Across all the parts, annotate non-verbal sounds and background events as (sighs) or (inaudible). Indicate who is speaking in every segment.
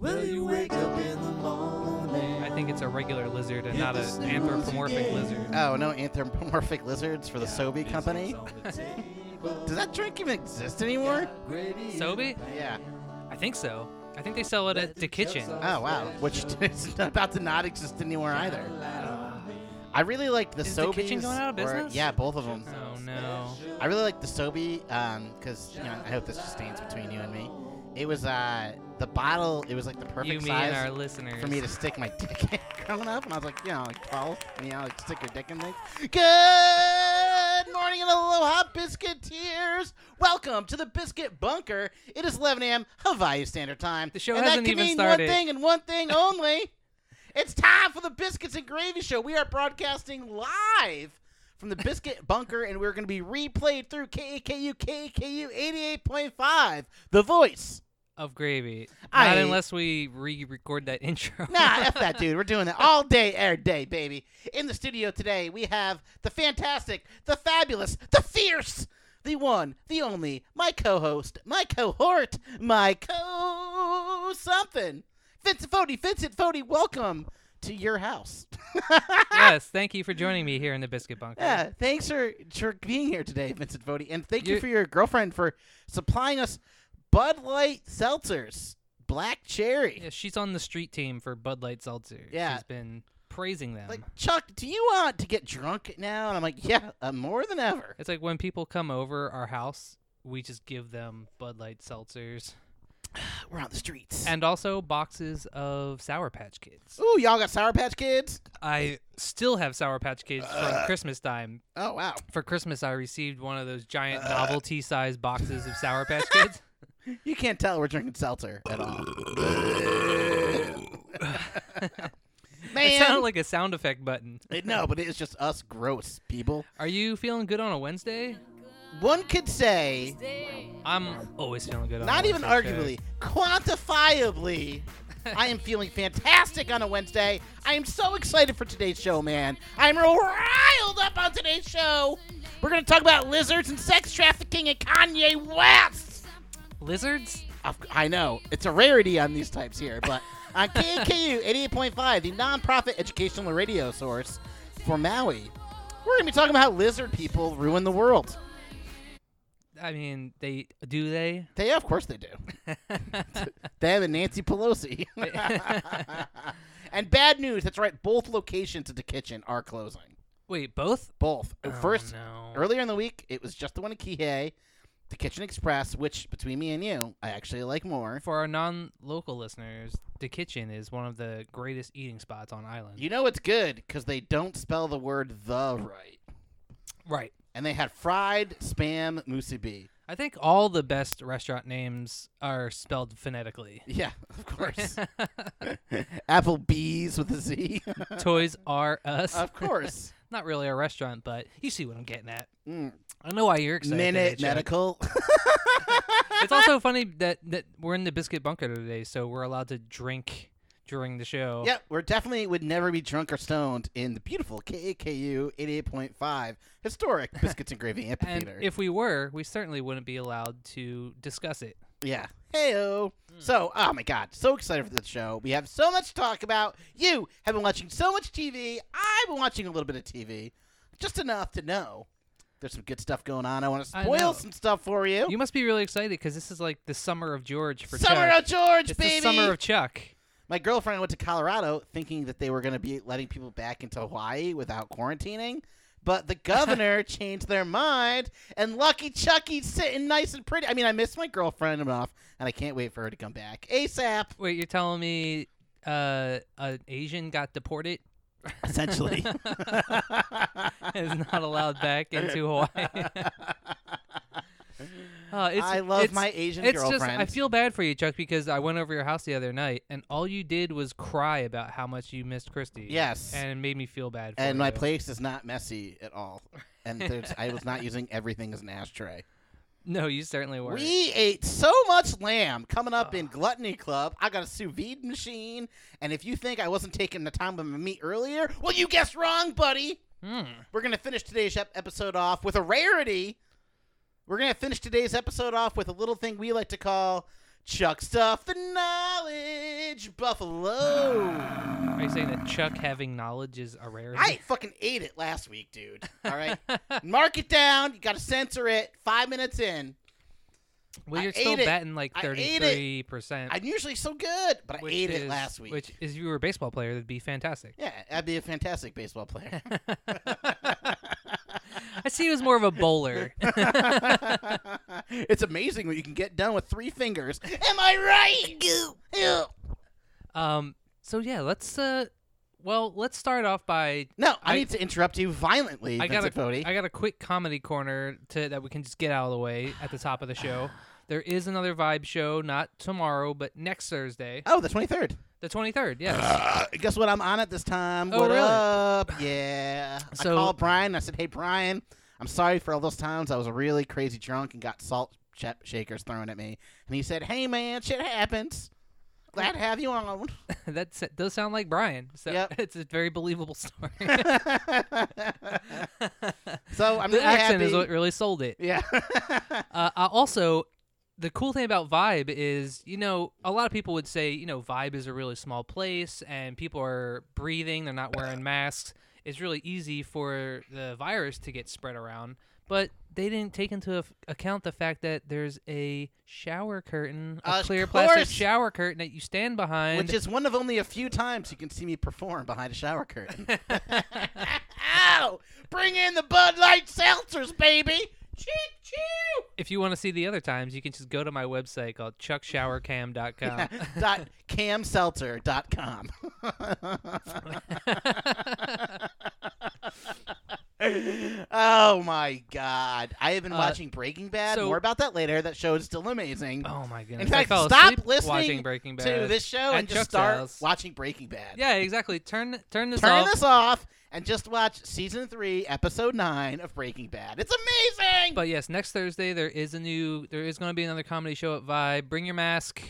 Speaker 1: wake up in the morning.
Speaker 2: I think it's a regular lizard and not an anthropomorphic lizard.
Speaker 3: Oh, no anthropomorphic lizards for the Sobe Company? (laughs) Does that drink even exist anymore?
Speaker 2: Sobe?
Speaker 3: Yeah.
Speaker 2: I think so. I think they sell it at the kitchen.
Speaker 3: Oh, wow. Which (laughs) is about to not exist anywhere either. I really like the
Speaker 2: Is the
Speaker 3: Sobeys.
Speaker 2: kitchen going out of
Speaker 3: or-
Speaker 2: business?
Speaker 3: yeah, both of them.
Speaker 2: Oh no.
Speaker 3: I really like the Sobe because you know I hope this just stands between you and me. It was uh, the bottle. It was like the perfect
Speaker 2: You mean
Speaker 3: size
Speaker 2: our listeners.
Speaker 3: for me to stick my (laughs) dick in growing up, and I was like, you know, like 12, and you know, like stick your dick in things. Good morning and aloha, biscuiteers. Welcome to the Biscuit Bunker. It is 11 a.m. Hawaii Standard Time.
Speaker 2: The show
Speaker 3: and
Speaker 2: hasn't
Speaker 3: that can
Speaker 2: even
Speaker 3: mean
Speaker 2: started.
Speaker 3: one thing and
Speaker 2: (laughs)
Speaker 3: one thing only. it's time for the Biscuits and Gravy Show. We are broadcasting live from the Biscuit Bunker, and we're going to be replayed through KAKU, KAKU 88.5, The Voice.
Speaker 2: of gravy.
Speaker 3: I-
Speaker 2: Not unless we re-record that (laughs) intro.
Speaker 3: Nah, F that, dude. We're doing that all day, every day, baby. In the studio today, we have the fantastic, the fabulous, the fierce, the one, the only, my co host, my cohort, my co something. Vincent Fody, Vincent Fody, welcome to your house. (laughs)
Speaker 2: yes, thank you for joining me here in the biscuit bunker.
Speaker 3: yeah, thanks for, for being here today, Vincent Fody. And thank you
Speaker 2: You-
Speaker 3: for your girlfriend for supplying us Bud Light seltzers, black cherry.
Speaker 2: Yeah, she's on the street team for Bud Light Seltzer.
Speaker 3: Yeah.
Speaker 2: She's been praising them.
Speaker 3: Like Chuck, do you want to get drunk now? And I'm like, yeah, uh, more than ever.
Speaker 2: it's like when people come over our house, we just give them Bud Light Seltzers
Speaker 3: Uh, We're on the streets.
Speaker 2: and also boxes of Sour Patch Kids.
Speaker 3: Ooh, y'all got Sour Patch Kids?
Speaker 2: I still have Sour Patch Kids
Speaker 3: Uh.
Speaker 2: from Christmas time.
Speaker 3: Oh wow,
Speaker 2: For Christmas, I received one of those giant
Speaker 3: Uh.
Speaker 2: novelty-sized boxes of Sour
Speaker 3: (laughs)
Speaker 2: Patch Kids.
Speaker 3: you can't tell we're drinking seltzer at (laughs) all.
Speaker 2: it
Speaker 3: Man,
Speaker 2: sounded like a sound effect button.
Speaker 3: no, but it's just us gross people.
Speaker 2: Are you feeling good on a Wednesday?
Speaker 3: One could say,
Speaker 2: I'm always feeling good on
Speaker 3: not
Speaker 2: a
Speaker 3: even
Speaker 2: Wednesday, Chad.
Speaker 3: arguably, quantifiably. I am feeling fantastic on a Wednesday. I am so excited for today's show, man. I'm riled up on today's show. We're going to talk about lizards and sex trafficking and Kanye West.
Speaker 2: Lizards?
Speaker 3: Of- I know it's a rarity on these types here, but on KAKU 88.5, the nonprofit educational radio source for Maui, we're gonna be talking about how lizard people ruin the world.
Speaker 2: I mean, they do they? (laughs)
Speaker 3: They, of course, they do. they have a Nancy Pelosi. and bad news. That's right. Both locations at the kitchen are closing.
Speaker 2: Wait, both?
Speaker 3: Both. First,
Speaker 2: Oh, no.
Speaker 3: earlier in the week, it was just the one in Kihei, the Kitchen Express, which between me and you, I actually like more.
Speaker 2: For our non-local listeners, the kitchen is one of the greatest eating spots on island.
Speaker 3: You know it's good because they don't spell the word the right.
Speaker 2: right.
Speaker 3: and they had fried spam musubi.
Speaker 2: I think all the best restaurant names are spelled phonetically.
Speaker 3: Yeah,
Speaker 2: (laughs)
Speaker 3: of course. (laughs) Applebee's with a Z.
Speaker 2: Toys R Us.
Speaker 3: of course.
Speaker 2: Not really a restaurant, but you see what I'm getting at.
Speaker 3: Mm.
Speaker 2: I know why you're excited. today,
Speaker 3: Minute
Speaker 2: Chad.
Speaker 3: Medical.
Speaker 2: It's
Speaker 3: (laughs)
Speaker 2: also funny that, that we're in the biscuit bunker today, so we're allowed to drink during the show.
Speaker 3: yep, we're definitely would never be drunk or stoned in the beautiful KAKU 88.5
Speaker 2: (laughs)
Speaker 3: historic Biscuits and Gravy
Speaker 2: And
Speaker 3: Amphitheater.
Speaker 2: if we were, we certainly wouldn't be allowed to discuss it.
Speaker 3: Yeah. Heyo.
Speaker 2: Hmm.
Speaker 3: So, oh my god, so excited for the show. We have so much to talk about. You have been watching so much TV. I've been watching a little bit of TV, just enough to know there's some good stuff going on. I want to
Speaker 2: I
Speaker 3: spoil
Speaker 2: know.
Speaker 3: some stuff for you.
Speaker 2: You must be really excited because this is like the summer of George for
Speaker 3: summer
Speaker 2: Chuck.
Speaker 3: of George,
Speaker 2: it's
Speaker 3: baby.
Speaker 2: the summer of Chuck.
Speaker 3: my girlfriend went to Colorado thinking that they were going to be letting people back into Hawaii without quarantining.
Speaker 2: (laughs)
Speaker 3: But the governor changed their mind, and Lucky Chucky's sitting nice and pretty. I mean, I miss my girlfriend enough, and I can't wait for her to come back ASAP.
Speaker 2: Wait, you're telling me uh, an Asian got deported
Speaker 3: essentially. (laughs)
Speaker 2: and (laughs) is not allowed back into Hawaii? (laughs) Uh, (laughs) it's,
Speaker 3: I love
Speaker 2: it's-
Speaker 3: my Asian
Speaker 2: it's Just,
Speaker 3: girlfriend.
Speaker 2: I feel bad for you, Chuck, because I went over your house the other night, and all you did was cry about how much you missed Christy.
Speaker 3: Yes.
Speaker 2: and it made me feel bad. For
Speaker 3: and my
Speaker 2: you.
Speaker 3: place is not messy at all. And there's, I was not using everything as an ashtray.
Speaker 2: No, you certainly were.
Speaker 3: We ate so much lamb coming up in Gluttony Club. I got a sous vide machine. And if you think I wasn't taking the time with my meat earlier, well, you guessed wrong, buddy.
Speaker 2: Hmm.
Speaker 3: We're going to finish today's ep- episode off with a rarity. We're going to finish today's episode off with a little thing we like to call Chuck stuff the
Speaker 2: (sighs)
Speaker 3: knowledge, Buffalo.
Speaker 2: Are you saying that Chuck having knowledge is a rarity?
Speaker 3: I fucking ate it last week, dude.
Speaker 2: (laughs)
Speaker 3: All right, mark it down. You got to censor it. Five minutes in,
Speaker 2: well,
Speaker 3: I
Speaker 2: you're still
Speaker 3: ate it.
Speaker 2: batting like
Speaker 3: I ate it.
Speaker 2: thirty-three percent.
Speaker 3: I'm usually so good, but I
Speaker 2: which
Speaker 3: ate it
Speaker 2: is-
Speaker 3: last week.
Speaker 2: Which is, if you were a baseball player, that'd be fantastic.
Speaker 3: yeah, I'd be a fantastic
Speaker 2: (laughs)
Speaker 3: baseball player. (laughs)
Speaker 2: I see he was more of a
Speaker 3: (laughs)
Speaker 2: bowler.
Speaker 3: it's amazing what you can get done with three fingers. Am I
Speaker 2: (laughs)
Speaker 3: right? Ew, ew.
Speaker 2: um. So yeah, let's. Uh, well, let's start off by.
Speaker 3: No, I,
Speaker 2: I-
Speaker 3: need to interrupt you violently,
Speaker 2: I got
Speaker 3: Vincent
Speaker 2: a,
Speaker 3: Fodi.
Speaker 2: I got a quick comedy corner to that we can just get out of the way at the top of the
Speaker 3: (sighs)
Speaker 2: show. There is another vibe show, not tomorrow, but next Thursday,
Speaker 3: oh, the 23rd.
Speaker 2: the 23rd.
Speaker 3: (laughs)
Speaker 2: Yes. (laughs)
Speaker 3: Uh, guess what? I'm on it this time.
Speaker 2: Ah. Oh,
Speaker 3: what
Speaker 2: really?
Speaker 3: up? Yeah.
Speaker 2: So-
Speaker 3: I called Brian. and I said, "Hey, Brian, I'm sorry for all those times I was really crazy drunk and got salt sh- shakers thrown at me." And he said, "Hey, man, shit happens. Glad to have you
Speaker 2: (laughs)
Speaker 3: on." (laughs)
Speaker 2: that s- does sound like Brian. So
Speaker 3: Yep.
Speaker 2: (laughs) it's a very believable
Speaker 3: (laughs)
Speaker 2: story. (laughs)
Speaker 3: so I'm
Speaker 2: the
Speaker 3: really
Speaker 2: accent
Speaker 3: happy.
Speaker 2: is what really sold it. (laughs)
Speaker 3: yeah.
Speaker 2: Uh, I also, the cool thing about Vibe is, you know, a lot of people would say, you know, Vibe is a really small place and people are breathing, they're not wearing masks. It's really easy for the virus to get spread around. But they didn't take into af- account the fact that there's a shower curtain, a
Speaker 3: Of
Speaker 2: clear plastic
Speaker 3: course.
Speaker 2: shower curtain that you stand behind.
Speaker 3: Which is one of only a few times you can see me perform behind a
Speaker 2: (laughs)
Speaker 3: shower curtain. Ow! Bring in the Bud Light seltzers, baby. Choo choo.
Speaker 2: if you want to see the other times, you can just go to my website called chuckshowercam.com.
Speaker 3: (laughs) dot camseltzer dot com. (laughs) oh my god! I have been
Speaker 2: Uh,
Speaker 3: watching Breaking Bad.
Speaker 2: so-
Speaker 3: More about that later. That show is still amazing.
Speaker 2: oh my goodness!
Speaker 3: In
Speaker 2: I
Speaker 3: fact,
Speaker 2: fell
Speaker 3: stop
Speaker 2: asleep
Speaker 3: listening
Speaker 2: watching Breaking Bad.
Speaker 3: to this show
Speaker 2: At
Speaker 3: and just
Speaker 2: Chuck's
Speaker 3: start
Speaker 2: house.
Speaker 3: watching Breaking Bad.
Speaker 2: Yeah, exactly. Turn turn this
Speaker 3: Turn
Speaker 2: off.
Speaker 3: this off and just watch season three, episode nine of Breaking Bad. It's amazing.
Speaker 2: But yes, next Thursday there is a new there is going to be another comedy show at Vibe. Bring your mask,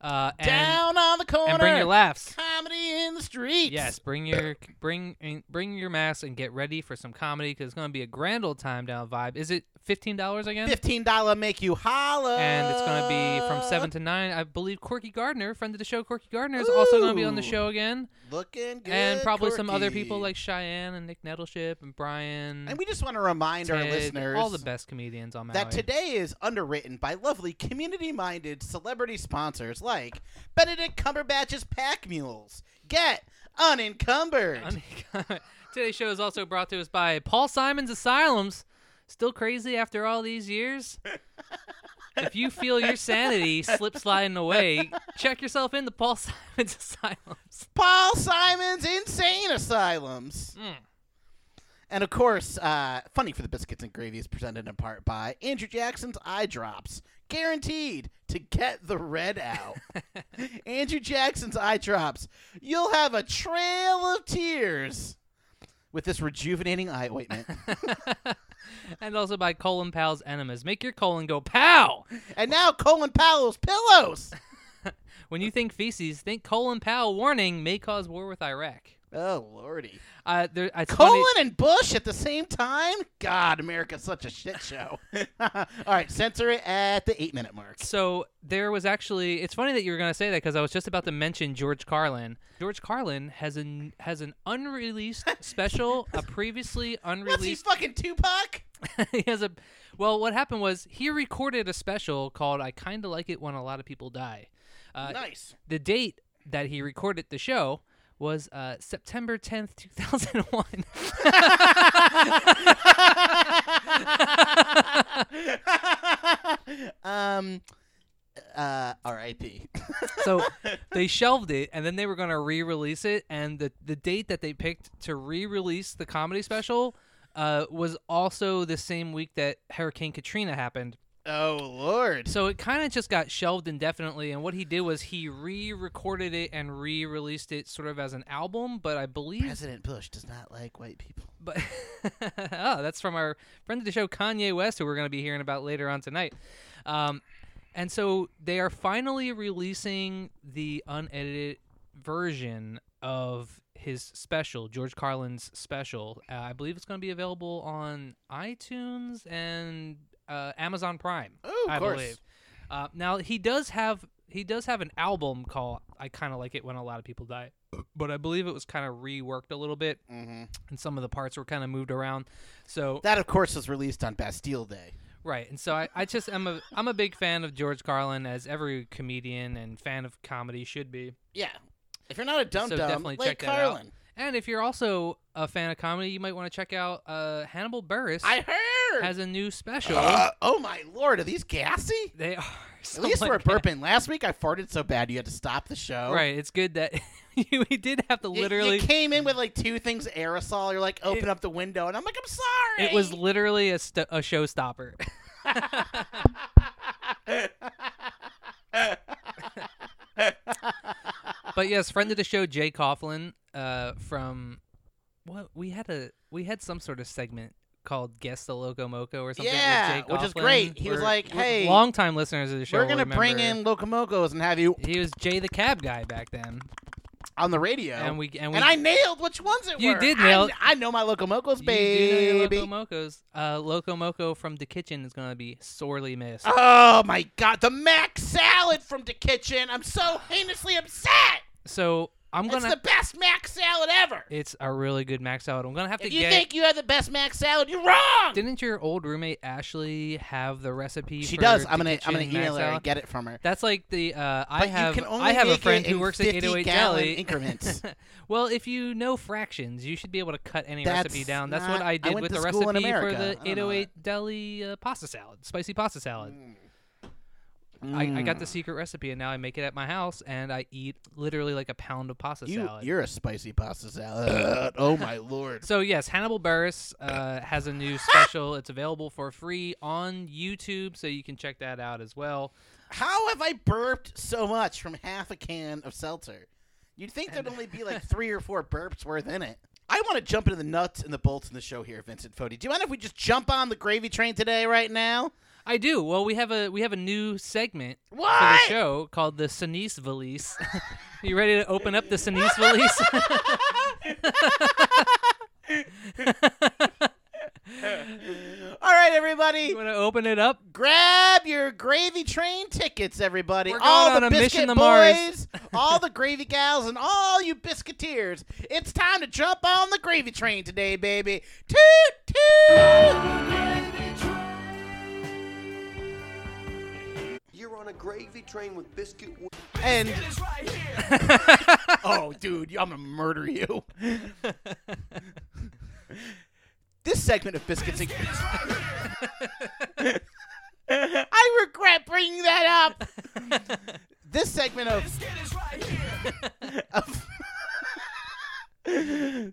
Speaker 2: uh, and
Speaker 3: down on the corner.
Speaker 2: and bring your laughs.
Speaker 3: comedy in the streets.
Speaker 2: Yes, bring your bring in- bring your mask and get ready for some comedy because it's going to be a grand old time down at Vibe. Is it fifteen dollars again?
Speaker 3: Fifteen dollar make you holla.
Speaker 2: And it's going to be
Speaker 3: Uh.
Speaker 2: from seven to nine. I believe Corky Gardner, friend of the show, Corky Gardner is also going to be on the
Speaker 3: Ooh.
Speaker 2: show again,
Speaker 3: Looking good.
Speaker 2: and probably some other people
Speaker 3: Corky.
Speaker 2: like Cheyenne and Nick Nettleship and Brian.
Speaker 3: And we just want to remind our
Speaker 2: Ted,
Speaker 3: listeners
Speaker 2: all the best comedians on Maui.
Speaker 3: that today is underwritten by lovely community-minded celebrity sponsors like Benedict Cumberbatch's Pack Mules. Get unencumbered.
Speaker 2: Today's show is also brought to us by Paul Simon's Asylums. Still crazy after all these years? if you feel your sanity slip sliding away, check yourself into Paul Simon's Asylums.
Speaker 3: Paul Simon's Insane Asylums.
Speaker 2: Mm.
Speaker 3: And of course, uh, Funny for the Biscuits and Gravy is presented in part by Andrew Jackson's Eye Drops, guaranteed to get the red (laughs) out. Andrew Jackson's Eye Drops, you'll have a trail of tears with this rejuvenating eye (laughs) ointment.
Speaker 2: (laughs) and also by Colin Powell's Enemas. Make your colon go pow!
Speaker 3: and now Colin Powell's Pillows.
Speaker 2: When you think feces, think Colin Powell warning may cause war with Iraq.
Speaker 3: Oh, lordy.
Speaker 2: Uh, there, it's gonna be-
Speaker 3: Colin and Bush at the same time? God, America's such a shit show. (laughs) All right, censor it at the eight minute mark.
Speaker 2: So there was actually. It's funny that you were going to say that because I was just about to mention George Carlin. George Carlin has an has an unreleased special, a previously
Speaker 3: What's he
Speaker 2: unreleased.
Speaker 3: fucking Tupac?
Speaker 2: (laughs) he has a. Well, what happened was he recorded a special called "I Kinda Like It When a Lot of People Die." Uh,
Speaker 3: nice.
Speaker 2: The date that he recorded the show was uh, September tenth, two thousand one.
Speaker 3: (laughs) um, uh, R.I.P.
Speaker 2: so they shelved it and then they were going to re-release it and the, the date that they picked to re-release the comedy special uh, was also the same week that hurricane katrina happened
Speaker 3: oh Lord.
Speaker 2: so it kind of just got shelved indefinitely and what he did was he re-recorded it and re-released it sort of as an album but i believe
Speaker 3: President Bush does not like white people.
Speaker 2: but (laughs) oh that's from our friend of the show kanye west who we're going to be hearing about later on tonight um, and so they are finally releasing the unedited version of his special, George Carlin's special. Uh, I believe it's going to be available on iTunes and uh, Amazon Prime.
Speaker 3: Oh, of
Speaker 2: I
Speaker 3: course.
Speaker 2: believe. Uh, now he does have he does have an album called "I Kind of Like It When a Lot of People Die," but I believe it was kind of reworked a little bit,
Speaker 3: Mm-hmm.
Speaker 2: and some of the parts were kind of moved around. So
Speaker 3: That, of course, was released on Bastille Day.
Speaker 2: right, and so I, I just am a I'm a big fan of George Carlin as every comedian and fan of comedy should be.
Speaker 3: Yeah. If you're not a dum
Speaker 2: So
Speaker 3: dum,
Speaker 2: definitely
Speaker 3: like
Speaker 2: check that out.
Speaker 3: Carlin.
Speaker 2: And if you're also a fan of comedy, you might want to check out uh, Hannibal Burris
Speaker 3: I heard.
Speaker 2: has a new special.
Speaker 3: Uh, oh my lord, are these gassy?
Speaker 2: they are
Speaker 3: At least we're
Speaker 2: somewhat bad.
Speaker 3: burping. Last week I farted so bad you had to stop the show.
Speaker 2: Right, it's good that (laughs) you we did have to
Speaker 3: You-
Speaker 2: literally
Speaker 3: you, came in with like two things aerosol. You're like, open
Speaker 2: It-
Speaker 3: up the window, and I'm like, I'm sorry.
Speaker 2: It
Speaker 3: (laughs)
Speaker 2: was literally a, st- a showstopper. but yes, friend of the show Jay Coughlin uh, from what we had a we had some sort of segment called Guess the Loco Moco or something. with
Speaker 3: Yeah,
Speaker 2: Jay
Speaker 3: which is
Speaker 2: Coughlin.
Speaker 3: great. He was
Speaker 2: We're-
Speaker 3: like,
Speaker 2: we're-
Speaker 3: "Hey,
Speaker 2: longtime listeners of the show,
Speaker 3: We're
Speaker 2: will
Speaker 3: gonna bring
Speaker 2: remember
Speaker 3: in locomocos and have you
Speaker 2: He was Jay the Cab guy back then,
Speaker 3: on the radio.
Speaker 2: and we and we
Speaker 3: And I nailed which ones it
Speaker 2: You
Speaker 3: were.
Speaker 2: did
Speaker 3: I-
Speaker 2: nail-
Speaker 3: I, know my locomocos,
Speaker 2: you
Speaker 3: baby.
Speaker 2: do know your Loco Mocos. Uh, Loco Moco from the kitchen is gonna be sorely missed.
Speaker 3: Oh my god, the Mac salad from the kitchen. I'm so heinously upset.
Speaker 2: so I'm
Speaker 3: It's
Speaker 2: gonna.
Speaker 3: the best Mac salad ever.
Speaker 2: It's a really good max out. I'm gonna have to
Speaker 3: If you
Speaker 2: get.
Speaker 3: think you have the best Mac salad, you're wrong.
Speaker 2: Didn't your old roommate Ashley have the recipe?
Speaker 3: she
Speaker 2: for
Speaker 3: does.
Speaker 2: the
Speaker 3: I'm gonna I'm gonna
Speaker 2: kitchen
Speaker 3: email
Speaker 2: max
Speaker 3: her and
Speaker 2: out?
Speaker 3: get it from her.
Speaker 2: That's like the uh, I
Speaker 3: But
Speaker 2: have.
Speaker 3: you can only
Speaker 2: I have a
Speaker 3: make it
Speaker 2: friend who
Speaker 3: in
Speaker 2: works at
Speaker 3: 50
Speaker 2: 808
Speaker 3: gallon
Speaker 2: Deli.
Speaker 3: increments.
Speaker 2: (laughs) well, if you know fractions, you should be able to cut any recipe
Speaker 3: That's
Speaker 2: down. That's
Speaker 3: not-
Speaker 2: what
Speaker 3: I
Speaker 2: I did
Speaker 3: went
Speaker 2: with
Speaker 3: to
Speaker 2: the
Speaker 3: school in
Speaker 2: recipe for
Speaker 3: America. I
Speaker 2: the
Speaker 3: don't know
Speaker 2: 808 Deli uh, pasta salad, spicy pasta salad. I, I got
Speaker 3: Mm.
Speaker 2: the secret recipe, and now I make it at my house, and I eat literally like a pound of pasta
Speaker 3: You,
Speaker 2: salad.
Speaker 3: you're a spicy pasta salad. oh my lord.
Speaker 2: So yes, Hannibal Burris uh, has a new special. It's available for free on YouTube, so you can check that out as well.
Speaker 3: How have I burped so much from half a can of seltzer? You'd think there'd only
Speaker 2: (laughs)
Speaker 3: be like three or four burps worth in it. I want to jump into the nuts and the bolts in the show here, Vincent Fodi. Do you mind if we just jump on the gravy train today, right now?
Speaker 2: I do. Well, we have a we have a new segment for the
Speaker 3: What?
Speaker 2: show called the Sinise Valise. (laughs) you ready to open up the Sinise Valise? (laughs)
Speaker 3: All right, everybody,
Speaker 2: you want to open it up?
Speaker 3: grab your gravy train tickets, everybody.
Speaker 2: We're going
Speaker 3: all
Speaker 2: on
Speaker 3: the
Speaker 2: a
Speaker 3: biscuit
Speaker 2: mission to Mars.
Speaker 3: boys, all the gravy gals, and all you biscuiteers. It's time to jump on the gravy train today, baby. Toot toot.
Speaker 1: You're on a gravy train with biscuit.
Speaker 3: And (laughs) oh, dude, I'm gonna murder you. (laughs) this segment of biscuits. and- (laughs) I regret bringing that up. this segment (laughs) of of- the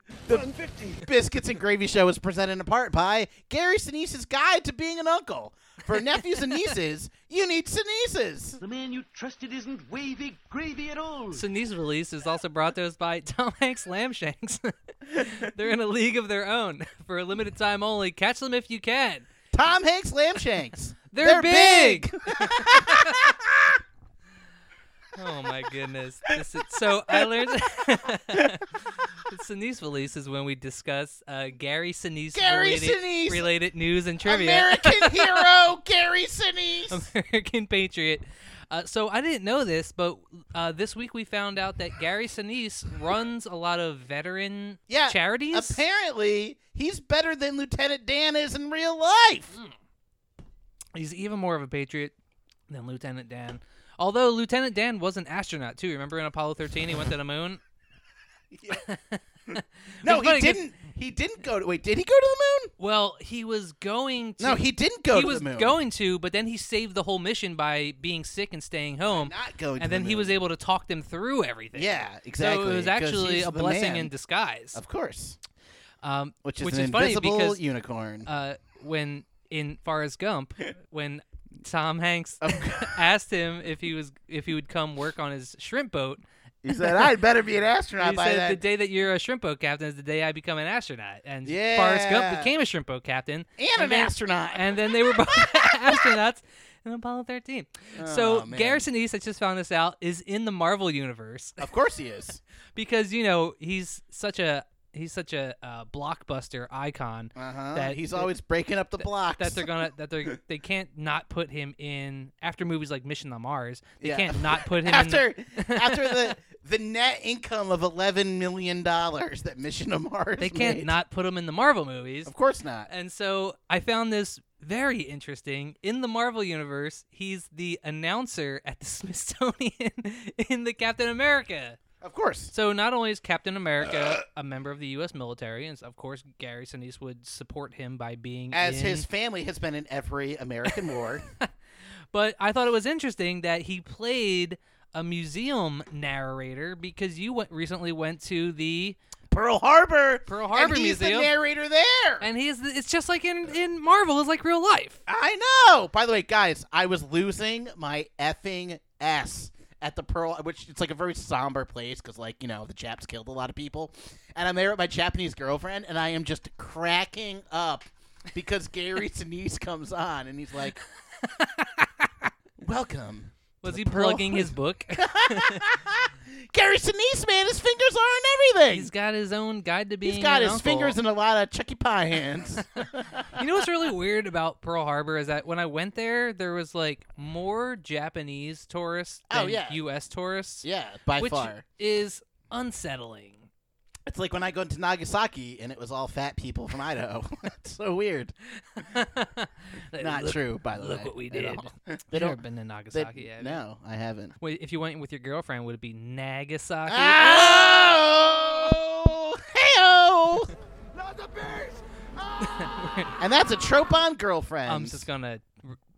Speaker 3: Biscuits and Gravy Show is presented in part by Gary Sinise's Guide to Being an Uncle. For nephews and nieces, you need Sinises.
Speaker 4: The man you trusted isn't wavy gravy at all.
Speaker 2: Sinise Valise is also brought to us by (laughs) Tom Hanks Lamshanks. (laughs) They're in a league of their own (laughs) for a limited time only. Catch them if you can.
Speaker 3: Tom Hanks lamb (laughs) shanks.
Speaker 2: They're, big. (laughs) oh my goodness! This is, so I learned. (laughs) Sinise release is when we discuss uh, Gary Sinise,
Speaker 3: Gary
Speaker 2: related,
Speaker 3: Sinise!
Speaker 2: related news and trivia.
Speaker 3: (laughs) American hero Gary Sinise.
Speaker 2: (laughs) American Patriot. Uh, so I didn't know this, but uh, this week we found out that Gary Sinise runs a lot of veteran
Speaker 3: Yeah,
Speaker 2: charities.
Speaker 3: Apparently, he's better than Lieutenant Dan is in real life.
Speaker 2: Hmm. He's even more of a patriot than Lieutenant Dan. Although Lieutenant Dan was an astronaut too. Remember in Apollo 13 he went to the moon?
Speaker 3: No,
Speaker 2: It's
Speaker 3: he
Speaker 2: funny 'cause-
Speaker 3: didn't. He didn't go to. Wait, did he go to the moon?
Speaker 2: Well, he was going to
Speaker 3: No, he didn't go
Speaker 2: he
Speaker 3: to
Speaker 2: was
Speaker 3: the moon.
Speaker 2: going to, but then he saved the whole mission by being sick and staying home.
Speaker 3: not going. to
Speaker 2: and then
Speaker 3: the
Speaker 2: he
Speaker 3: moon.
Speaker 2: was able to talk them through everything.
Speaker 3: Yeah, exactly.
Speaker 2: So it was
Speaker 3: 'cause
Speaker 2: actually
Speaker 3: he's
Speaker 2: a
Speaker 3: the
Speaker 2: blessing
Speaker 3: man.
Speaker 2: in disguise.
Speaker 3: Of course,
Speaker 2: Um,
Speaker 3: which is
Speaker 2: which
Speaker 3: an
Speaker 2: is funny
Speaker 3: invisible
Speaker 2: because
Speaker 3: unicorn.
Speaker 2: uh, when in Forrest
Speaker 3: (laughs)
Speaker 2: Gump, when Tom Hanks (laughs) asked him if he was if he would come work on his shrimp boat,
Speaker 3: he said, "I'd better be an astronaut
Speaker 2: (laughs) he
Speaker 3: by
Speaker 2: said, "The
Speaker 3: then."
Speaker 2: day that you're a shrimp boat captain is the day I become an astronaut." And Forrest Gump
Speaker 3: Yeah.
Speaker 2: became a shrimp boat captain
Speaker 3: And an
Speaker 2: then-
Speaker 3: astronaut.
Speaker 2: And then they were both (laughs) astronauts in Apollo 13.
Speaker 3: Oh,
Speaker 2: so
Speaker 3: man.
Speaker 2: Garrison East, I just found this out, is in the Marvel universe
Speaker 3: of course, he is.
Speaker 2: because you know he's such a he's such a uh, blockbuster icon (laughs)
Speaker 3: Uh-huh.
Speaker 2: That-
Speaker 3: he's always breaking up the blocks.
Speaker 2: that they're gonna that they are they can't not put him in after movies like Mission to Mars. They
Speaker 3: Yeah.
Speaker 2: can't not
Speaker 3: (laughs)
Speaker 2: put him in (laughs)
Speaker 3: after after the the net income of eleven million dollars that Mission to Mars.
Speaker 2: the, they can't
Speaker 3: made.
Speaker 2: not put him in the Marvel movies.
Speaker 3: Of course not.
Speaker 2: And so I found this very interesting. In the Marvel universe, he's the announcer at the (laughs) Smithsonian in the Captain America.
Speaker 3: Of course.
Speaker 2: So not only is Captain
Speaker 3: Uh.
Speaker 2: America a member of the U.S. military, and of course Gary Sinise would support him by being
Speaker 3: As
Speaker 2: in-
Speaker 3: his family has been in every American war. (laughs)
Speaker 2: But I thought it was interesting that he played a museum narrator because you went recently went to the
Speaker 3: Pearl Harbor.
Speaker 2: Pearl Harbor
Speaker 3: and he's
Speaker 2: Museum.
Speaker 3: the narrator there.
Speaker 2: and he's the, it's just like in in Marvel, it's like real life.
Speaker 3: I know. By the way, guys, I was losing my effing ass at the Pearl, which it's like a very somber place because, like, you know, the Japs killed a lot of people. And I'm there with my Japanese girlfriend, and I am just cracking up because (laughs) Gary Sinise comes on, and he's like, "Welcome."
Speaker 2: Was he
Speaker 3: Pearl
Speaker 2: plugging
Speaker 3: (laughs)
Speaker 2: his book?
Speaker 3: Gary Sinise, man, his fingers are in everything.
Speaker 2: he's got his own guide to being.
Speaker 3: he's got
Speaker 2: an
Speaker 3: his
Speaker 2: uncle.
Speaker 3: fingers in a lot of Chucky Pie (laughs) hands.
Speaker 2: you know what's really weird about Pearl Harbor is that when I went there, there was like more Japanese tourists
Speaker 3: Oh,
Speaker 2: than
Speaker 3: yeah.
Speaker 2: U.S. tourists,
Speaker 3: yeah, by
Speaker 2: which
Speaker 3: far.
Speaker 2: is unsettling. (laughs)
Speaker 3: It's like when I go to Nagasaki and it was all fat people from Idaho. (laughs) it's so weird.
Speaker 2: Like,
Speaker 3: Not
Speaker 2: look-
Speaker 3: true, by the way.
Speaker 2: Look what we
Speaker 3: at
Speaker 2: did. (laughs)
Speaker 3: all.
Speaker 2: You've
Speaker 3: They
Speaker 2: never
Speaker 3: don't.
Speaker 2: been to
Speaker 3: They,
Speaker 2: Nagasaki yet.
Speaker 3: no, I haven't.
Speaker 2: Wait, if you went with your girlfriend, would it be Nagasaki? Ah!
Speaker 3: Ah! Oh! (laughs) Heyo!
Speaker 2: (laughs)
Speaker 3: and that's a trope on girlfriends.
Speaker 2: I'm just gonna,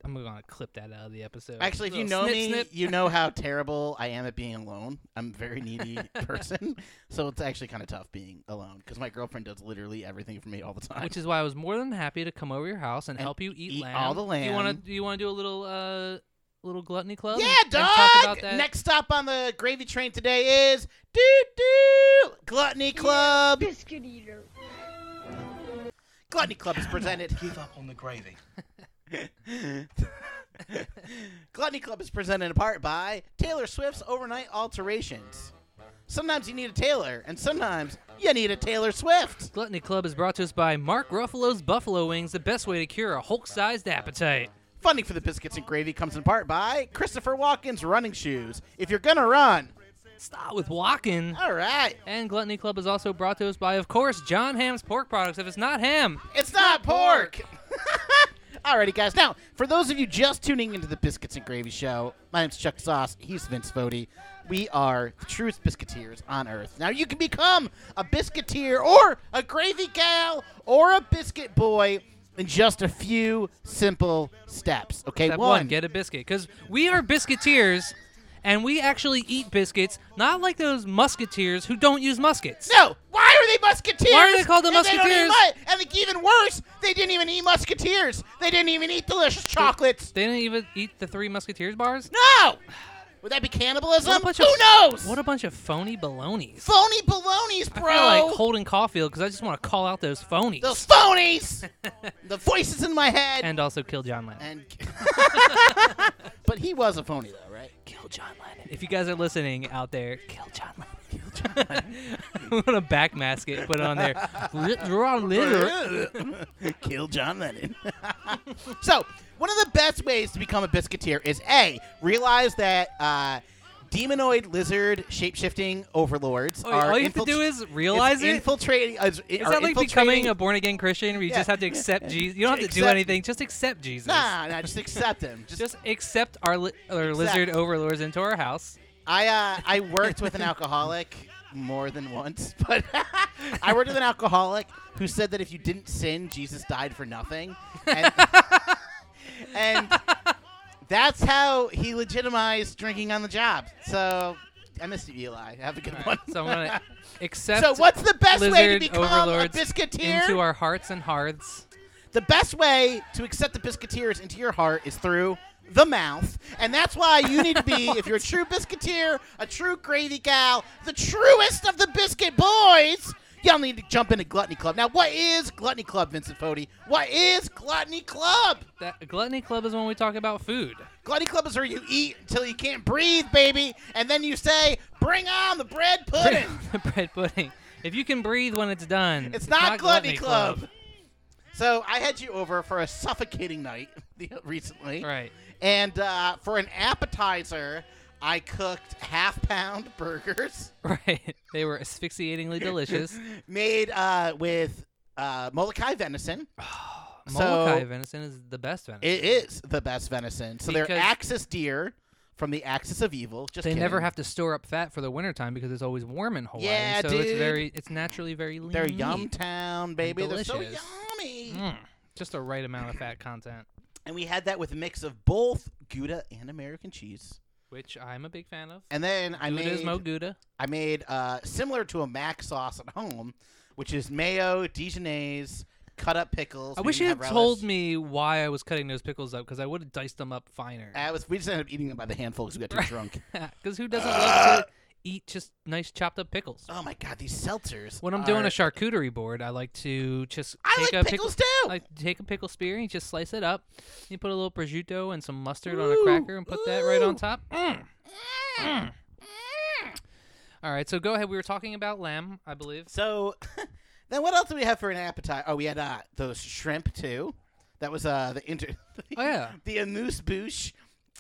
Speaker 2: I'm gonna clip that out of the episode.
Speaker 3: Actually, if you
Speaker 2: Little
Speaker 3: know
Speaker 2: snip,
Speaker 3: me,
Speaker 2: snip.
Speaker 3: you know
Speaker 2: (laughs)
Speaker 3: how terrible I am at being alone. I'm a very needy person, so it's actually kind of tough being alone because my girlfriend does literally everything for me all the time.
Speaker 2: which is why I was more than happy to come over your house and,
Speaker 3: And
Speaker 2: help you eat,
Speaker 3: eat
Speaker 2: lamb.
Speaker 3: all the
Speaker 2: Do you want
Speaker 3: lamb.
Speaker 2: to? Do you want to do a little, uh, little gluttony club?
Speaker 3: Yeah,
Speaker 2: and- and Oh, talk
Speaker 3: dog.
Speaker 2: about that?
Speaker 3: Next stop on the gravy train today is doo doo Gluttony Club.
Speaker 5: Biscuit eater.
Speaker 3: Gluttony Club is presented.
Speaker 4: (laughs) Give up on the gravy.
Speaker 3: (laughs) Gluttony Club is presented in part by Taylor Swift's Overnight Alterations. Sometimes you need a tailor, and sometimes you need a Taylor Swift.
Speaker 2: Gluttony Club is brought to us by Mark Ruffalo's Buffalo Wings, the best way to cure a Hulk-sized appetite.
Speaker 3: Funding for the biscuits and gravy comes in part by Christopher Walken's running shoes. If you're gonna run,
Speaker 2: Start with walking.
Speaker 3: all right.
Speaker 2: And Gluttony Club is also brought to us by, of course, John Ham's Pork Products. If it's not ham,
Speaker 3: It's not pork. (laughs) Alrighty, guys. Now, for those of you just tuning into the Biscuits and Gravy Show, my name's Chuck Sauce. He's Vince Fodi. We are the truest biscuiteers on earth. Now, you can become a biscuiteer or a gravy gal or a biscuit boy in just a few simple steps. Okay,
Speaker 2: Step one, get a biscuit. Because we are biscuiteers, and we actually eat biscuits, not like those musketeers who don't use muskets.
Speaker 3: no, why are they musketeers?
Speaker 2: Why are they called the
Speaker 3: if they don't eat
Speaker 2: musketeers?
Speaker 3: mu- and like, even worse, they didn't even eat musketeers. They didn't even eat delicious chocolates.
Speaker 2: They didn't even eat the three musketeers bars?
Speaker 3: No! Would that be cannibalism?
Speaker 2: What a bunch
Speaker 3: Who
Speaker 2: of,
Speaker 3: knows?
Speaker 2: What a bunch of phony balonies.
Speaker 3: phony balonies, bro!
Speaker 2: I feel like Holden Caulfield because I just want to call out those phonies.
Speaker 3: Those phonies!
Speaker 2: (laughs)
Speaker 3: the voices in my head.
Speaker 2: and also kill John Lennon. (laughs)
Speaker 3: And- (laughs) but he was a phony, though, right?
Speaker 2: kill John Lennon. If you guys are listening out there, kill John Lennon. (laughs) I'm gonna backmask it, put it on there. R- Ron Litter.
Speaker 3: (laughs) Kill John Lennon. so, one of the best ways to become a biscuiteer is A, realize that uh, demonoid lizard shapeshifting overlords
Speaker 2: Oh,
Speaker 3: are
Speaker 2: all you have to
Speaker 3: infiltrat-
Speaker 2: do is realize it?
Speaker 3: Infiltrating. uh, Is,
Speaker 2: Is that like becoming a born again Christian where you
Speaker 3: Yeah.
Speaker 2: just have to accept Jesus? You don't have to do
Speaker 3: Accept-
Speaker 2: anything, just accept Jesus.
Speaker 3: Nah, nah, just
Speaker 2: (laughs)
Speaker 3: accept him. Just,
Speaker 2: Just accept our, li- our lizard overlords into our house.
Speaker 3: I uh, I
Speaker 2: (laughs)
Speaker 3: worked with an alcoholic more than once, (laughs) but I worked with an alcoholic who said that if you didn't sin, Jesus died for nothing,
Speaker 2: (laughs)
Speaker 3: and, and that's how he legitimized drinking on the job. So I miss you, Eli. Have a good one. (laughs)
Speaker 2: So I'm gonna accept
Speaker 3: So what's the best way to
Speaker 2: lizard
Speaker 3: become
Speaker 2: overlords
Speaker 3: a biscuiteer?
Speaker 2: into our hearts and hearths.
Speaker 3: the best way to accept the biscuiteers into your heart is through the mouth. And that's why you need to (laughs) be, if you're a true biscuiteer, a true gravy gal, the truest of the biscuit boys, y'all need to jump into Gluttony Club. Now, what is Gluttony Club, Vincent Fodi? What is Gluttony Club?
Speaker 2: That gluttony club is when we talk about food.
Speaker 3: Gluttony Club is where you eat until you (laughs) can't breathe, baby. And then you say, bring on the bread pudding.
Speaker 2: (laughs) bread pudding. If you can breathe when it's done,
Speaker 3: It's not, Gluttony Club. So I had you over for a suffocating night (laughs) the- recently.
Speaker 2: Right.
Speaker 3: And uh, for an appetizer, I cooked half pound (laughs) burgers
Speaker 2: (laughs) Right. They were asphyxiatingly delicious.
Speaker 3: made uh, with uh, Molokai venison. (laughs) So-
Speaker 2: Molokai venison is the best venison.
Speaker 3: It is the best venison. So they're
Speaker 2: Because-
Speaker 3: Axis deer from the Axis of Evil. Just
Speaker 2: they never
Speaker 3: kidding.
Speaker 2: have to store up fat for the wintertime because it's always warm in Hawaii.
Speaker 3: Yeah,
Speaker 2: so
Speaker 3: dude.
Speaker 2: it's very it's naturally very lean.
Speaker 3: They're Yum
Speaker 2: meat.
Speaker 3: Town, baby. They're so
Speaker 2: delicious.
Speaker 3: yummy.
Speaker 2: Mm. Just the right amount of fat content,
Speaker 3: And we had that with a mix of both Gouda and American cheese.
Speaker 2: which I'm a big fan of.
Speaker 3: And then I
Speaker 2: Gouda is
Speaker 3: made
Speaker 2: Mo Gouda.
Speaker 3: I made uh, similar to a mac sauce at home, which is mayo, Dijonnaise, cut up pickles.
Speaker 2: I
Speaker 3: We
Speaker 2: wish you
Speaker 3: didn't
Speaker 2: had
Speaker 3: have
Speaker 2: told
Speaker 3: relish.
Speaker 2: me why I was cutting those pickles up because I would have diced them up finer.
Speaker 3: I was, we just ended up eating them by the handful because we got too drunk.
Speaker 2: (laughs) Because who doesn't love to eat just nice chopped up pickles?
Speaker 3: Oh my god, these seltzers.
Speaker 2: When I'm doing
Speaker 3: are-
Speaker 2: a charcuterie board, I like to just
Speaker 3: I
Speaker 2: take
Speaker 3: like
Speaker 2: a pickle,
Speaker 3: pickles too!
Speaker 2: I take a pickle spear and you just slice it up. You put a little prosciutto and some mustard on
Speaker 3: Ooh,
Speaker 2: a cracker and put that right on
Speaker 3: ooh.
Speaker 2: top. Mm. Mm. All right, so go ahead. We were talking about lamb, I believe.
Speaker 3: So, (laughs) then what else do we have for an appetizer? Oh, we had uh, those shrimp too. That was uh, the inter. (laughs)
Speaker 2: Oh, yeah.
Speaker 3: the amuse bouche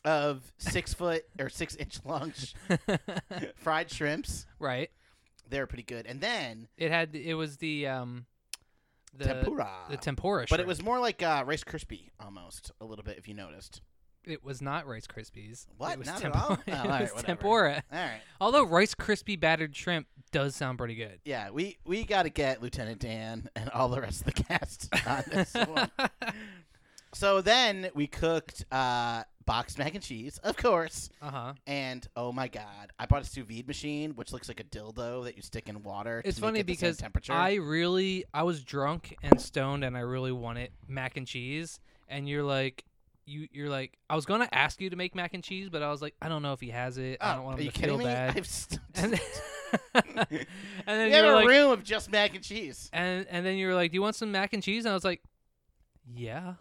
Speaker 3: of six foot (laughs) or six inch
Speaker 2: (laughs)
Speaker 3: long sh- fried shrimps.
Speaker 2: right.
Speaker 3: They're pretty good. And then
Speaker 2: It had it was the um the
Speaker 3: tempura.
Speaker 2: the tempura.
Speaker 3: But it
Speaker 2: shrimp.
Speaker 3: was more like uh, Rice Krispie almost a little bit, if you noticed.
Speaker 2: it was not Rice Krispies.
Speaker 3: What?
Speaker 2: It was
Speaker 3: Not at all?
Speaker 2: (laughs) tempura.
Speaker 3: Oh, all
Speaker 2: it
Speaker 3: right,
Speaker 2: was
Speaker 3: whatever.
Speaker 2: tempura.
Speaker 3: All right.
Speaker 2: Although Rice Krispie battered shrimp does sound pretty good.
Speaker 3: Yeah, we, we got to get Lieutenant Dan and all the rest of the (laughs) cast on
Speaker 2: (laughs)
Speaker 3: this one. So then we cooked uh, boxed mac and cheese, of course.
Speaker 2: Uh huh.
Speaker 3: And oh my God, I bought a sous vide machine, which looks like a dildo that you stick in water.
Speaker 2: It's
Speaker 3: to make
Speaker 2: funny
Speaker 3: it the same
Speaker 2: because
Speaker 3: temperature.
Speaker 2: I really I was drunk and stoned and I really wanted mac and cheese and you're like you you're like I was gonna ask you to make mac and cheese but I was like I don't know if he has it I
Speaker 3: Oh,
Speaker 2: don't want
Speaker 3: are
Speaker 2: him
Speaker 3: you
Speaker 2: to
Speaker 3: kidding
Speaker 2: feel
Speaker 3: me?
Speaker 2: bad
Speaker 3: I've st-
Speaker 2: (laughs)
Speaker 3: (laughs)
Speaker 2: and then, and
Speaker 3: we
Speaker 2: then
Speaker 3: have
Speaker 2: you're
Speaker 3: a
Speaker 2: like
Speaker 3: room of just mac and cheese.
Speaker 2: and and then you're like do you want some mac and cheese and I was like yeah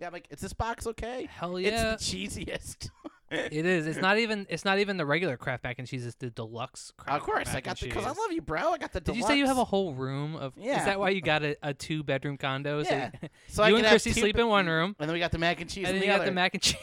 Speaker 3: Yeah, I'm like, is this box okay?
Speaker 2: hell yeah
Speaker 3: It's the cheesiest.
Speaker 2: it is it's not even it's not even the regular Kraft mac and cheese it's the deluxe Kraft
Speaker 3: of course,
Speaker 2: mac
Speaker 3: I got the
Speaker 2: and
Speaker 3: because I
Speaker 2: cheese.
Speaker 3: love you, bro. I got the.
Speaker 2: Did you say you have a
Speaker 3: deluxe.
Speaker 2: whole room of?
Speaker 3: Yeah.
Speaker 2: Is that why you got a, a two bedroom condo? So
Speaker 3: Yeah.
Speaker 2: you-
Speaker 3: So I
Speaker 2: you
Speaker 3: could
Speaker 2: and
Speaker 3: have
Speaker 2: Chrissy
Speaker 3: two
Speaker 2: sleep
Speaker 3: pe-
Speaker 2: in one room,
Speaker 3: And then we got the mac and cheese.
Speaker 2: and then
Speaker 3: in
Speaker 2: you
Speaker 3: the
Speaker 2: got
Speaker 3: other.
Speaker 2: the mac and cheese.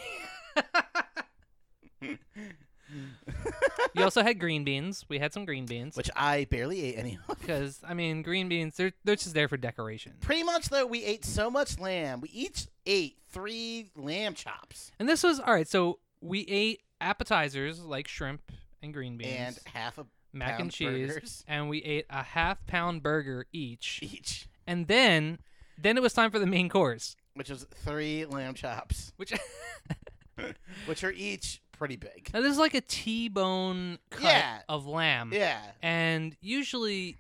Speaker 2: you also had green beans. We had some green beans
Speaker 3: which I barely ate any. (laughs) of.
Speaker 2: because I mean, green beans they're they're just there for decoration.
Speaker 3: Pretty much though, we ate so much lamb. We each ate three lamb chops
Speaker 2: And this was all right. So we ate appetizers like shrimp and green beans
Speaker 3: and half a
Speaker 2: mac and
Speaker 3: pound
Speaker 2: cheese,
Speaker 3: burgers. (laughs) E
Speaker 2: and we ate a half pound burger each,
Speaker 3: each,
Speaker 2: and then then it was time for the main course,
Speaker 3: which was three lamb chops,
Speaker 2: which. (laughs)
Speaker 3: which are each pretty big.
Speaker 2: Now this is like a T-bone cut
Speaker 3: Yeah.
Speaker 2: of lamb.
Speaker 3: Yeah,
Speaker 2: And usually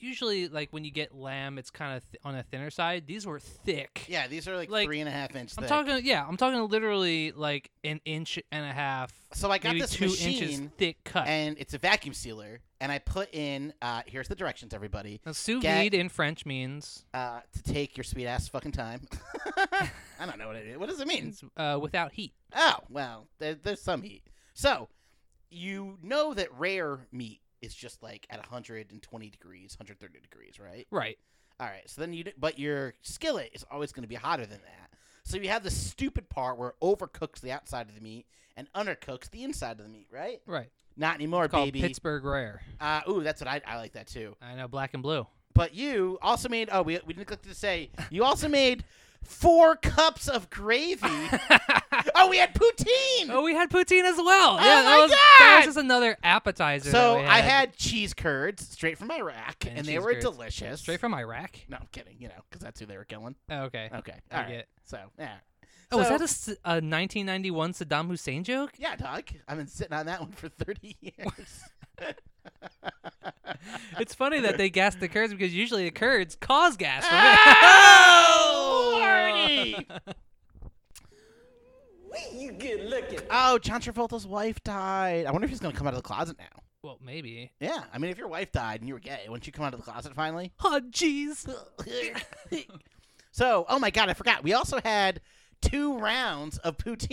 Speaker 2: usually like when you get lamb it's kind of th- on a thinner side. These were thick.
Speaker 3: yeah. These are like,
Speaker 2: Like,
Speaker 3: three and a half inch.
Speaker 2: I'm
Speaker 3: thick.
Speaker 2: talking yeah, I'm talking literally like an inch and a half.
Speaker 3: So I got
Speaker 2: maybe
Speaker 3: this
Speaker 2: 2
Speaker 3: machine
Speaker 2: inches thick cut.
Speaker 3: and it's a vacuum sealer. And I put in. Uh, here's the directions, everybody.
Speaker 2: now, sous
Speaker 3: get-
Speaker 2: vide in French means
Speaker 3: Uh, to take your sweet ass fucking time. (laughs) I don't know what it is. What does it mean?
Speaker 2: it's, uh, without heat.
Speaker 3: Oh, well, there, there's some heat. So, you know that rare meat is just like at 120 degrees, 130 degrees, right?
Speaker 2: Right.
Speaker 3: All right. So then you, d- but your skillet is always going to be hotter than that. So you have this stupid part where it overcooks the outside of the meat and undercooks the inside of the meat, right?
Speaker 2: Right.
Speaker 3: Not anymore,
Speaker 2: Called
Speaker 3: baby.
Speaker 2: Pittsburgh rare.
Speaker 3: Uh, ooh, that's what I, I like that too.
Speaker 2: I know black and
Speaker 3: (laughs)
Speaker 2: blue.
Speaker 3: But you also made. Oh, we we neglected to say you also made four cups
Speaker 2: (laughs)
Speaker 3: of gravy. oh, we had poutine.
Speaker 2: Oh, we had poutine as well.
Speaker 3: Oh
Speaker 2: yeah, that
Speaker 3: my
Speaker 2: was that was
Speaker 3: God!
Speaker 2: just another appetizer.
Speaker 3: so
Speaker 2: that we
Speaker 3: I had cheese curds straight from Iraq, and,
Speaker 2: And
Speaker 3: they
Speaker 2: cheese
Speaker 3: were
Speaker 2: curds.
Speaker 3: delicious.
Speaker 2: straight from Iraq.
Speaker 3: no, I'm kidding. You know, because that's who they were killing.
Speaker 2: Oh, okay.
Speaker 3: Okay,
Speaker 2: I
Speaker 3: all right.
Speaker 2: get-
Speaker 3: So yeah.
Speaker 2: Oh, is
Speaker 3: So-
Speaker 2: that a, s- a 1991 Saddam Hussein joke?
Speaker 3: Yeah, dog. I've been sitting on that one for 30 (laughs) years.
Speaker 2: It's funny that they gassed the Kurds because usually the Kurds cause gas.
Speaker 3: (laughs)
Speaker 2: (laughs)
Speaker 3: oh, Lordy! Oh, John Travolta's wife died. I wonder if he's going to come out of the closet now.
Speaker 2: well, maybe.
Speaker 3: Yeah, I mean, if your wife died and you were gay, wouldn't you come out of the closet
Speaker 2: (laughs)
Speaker 3: finally? (laughs)
Speaker 2: Oh, jeez.
Speaker 3: so, oh my God, I forgot. We also had two rounds of poutine.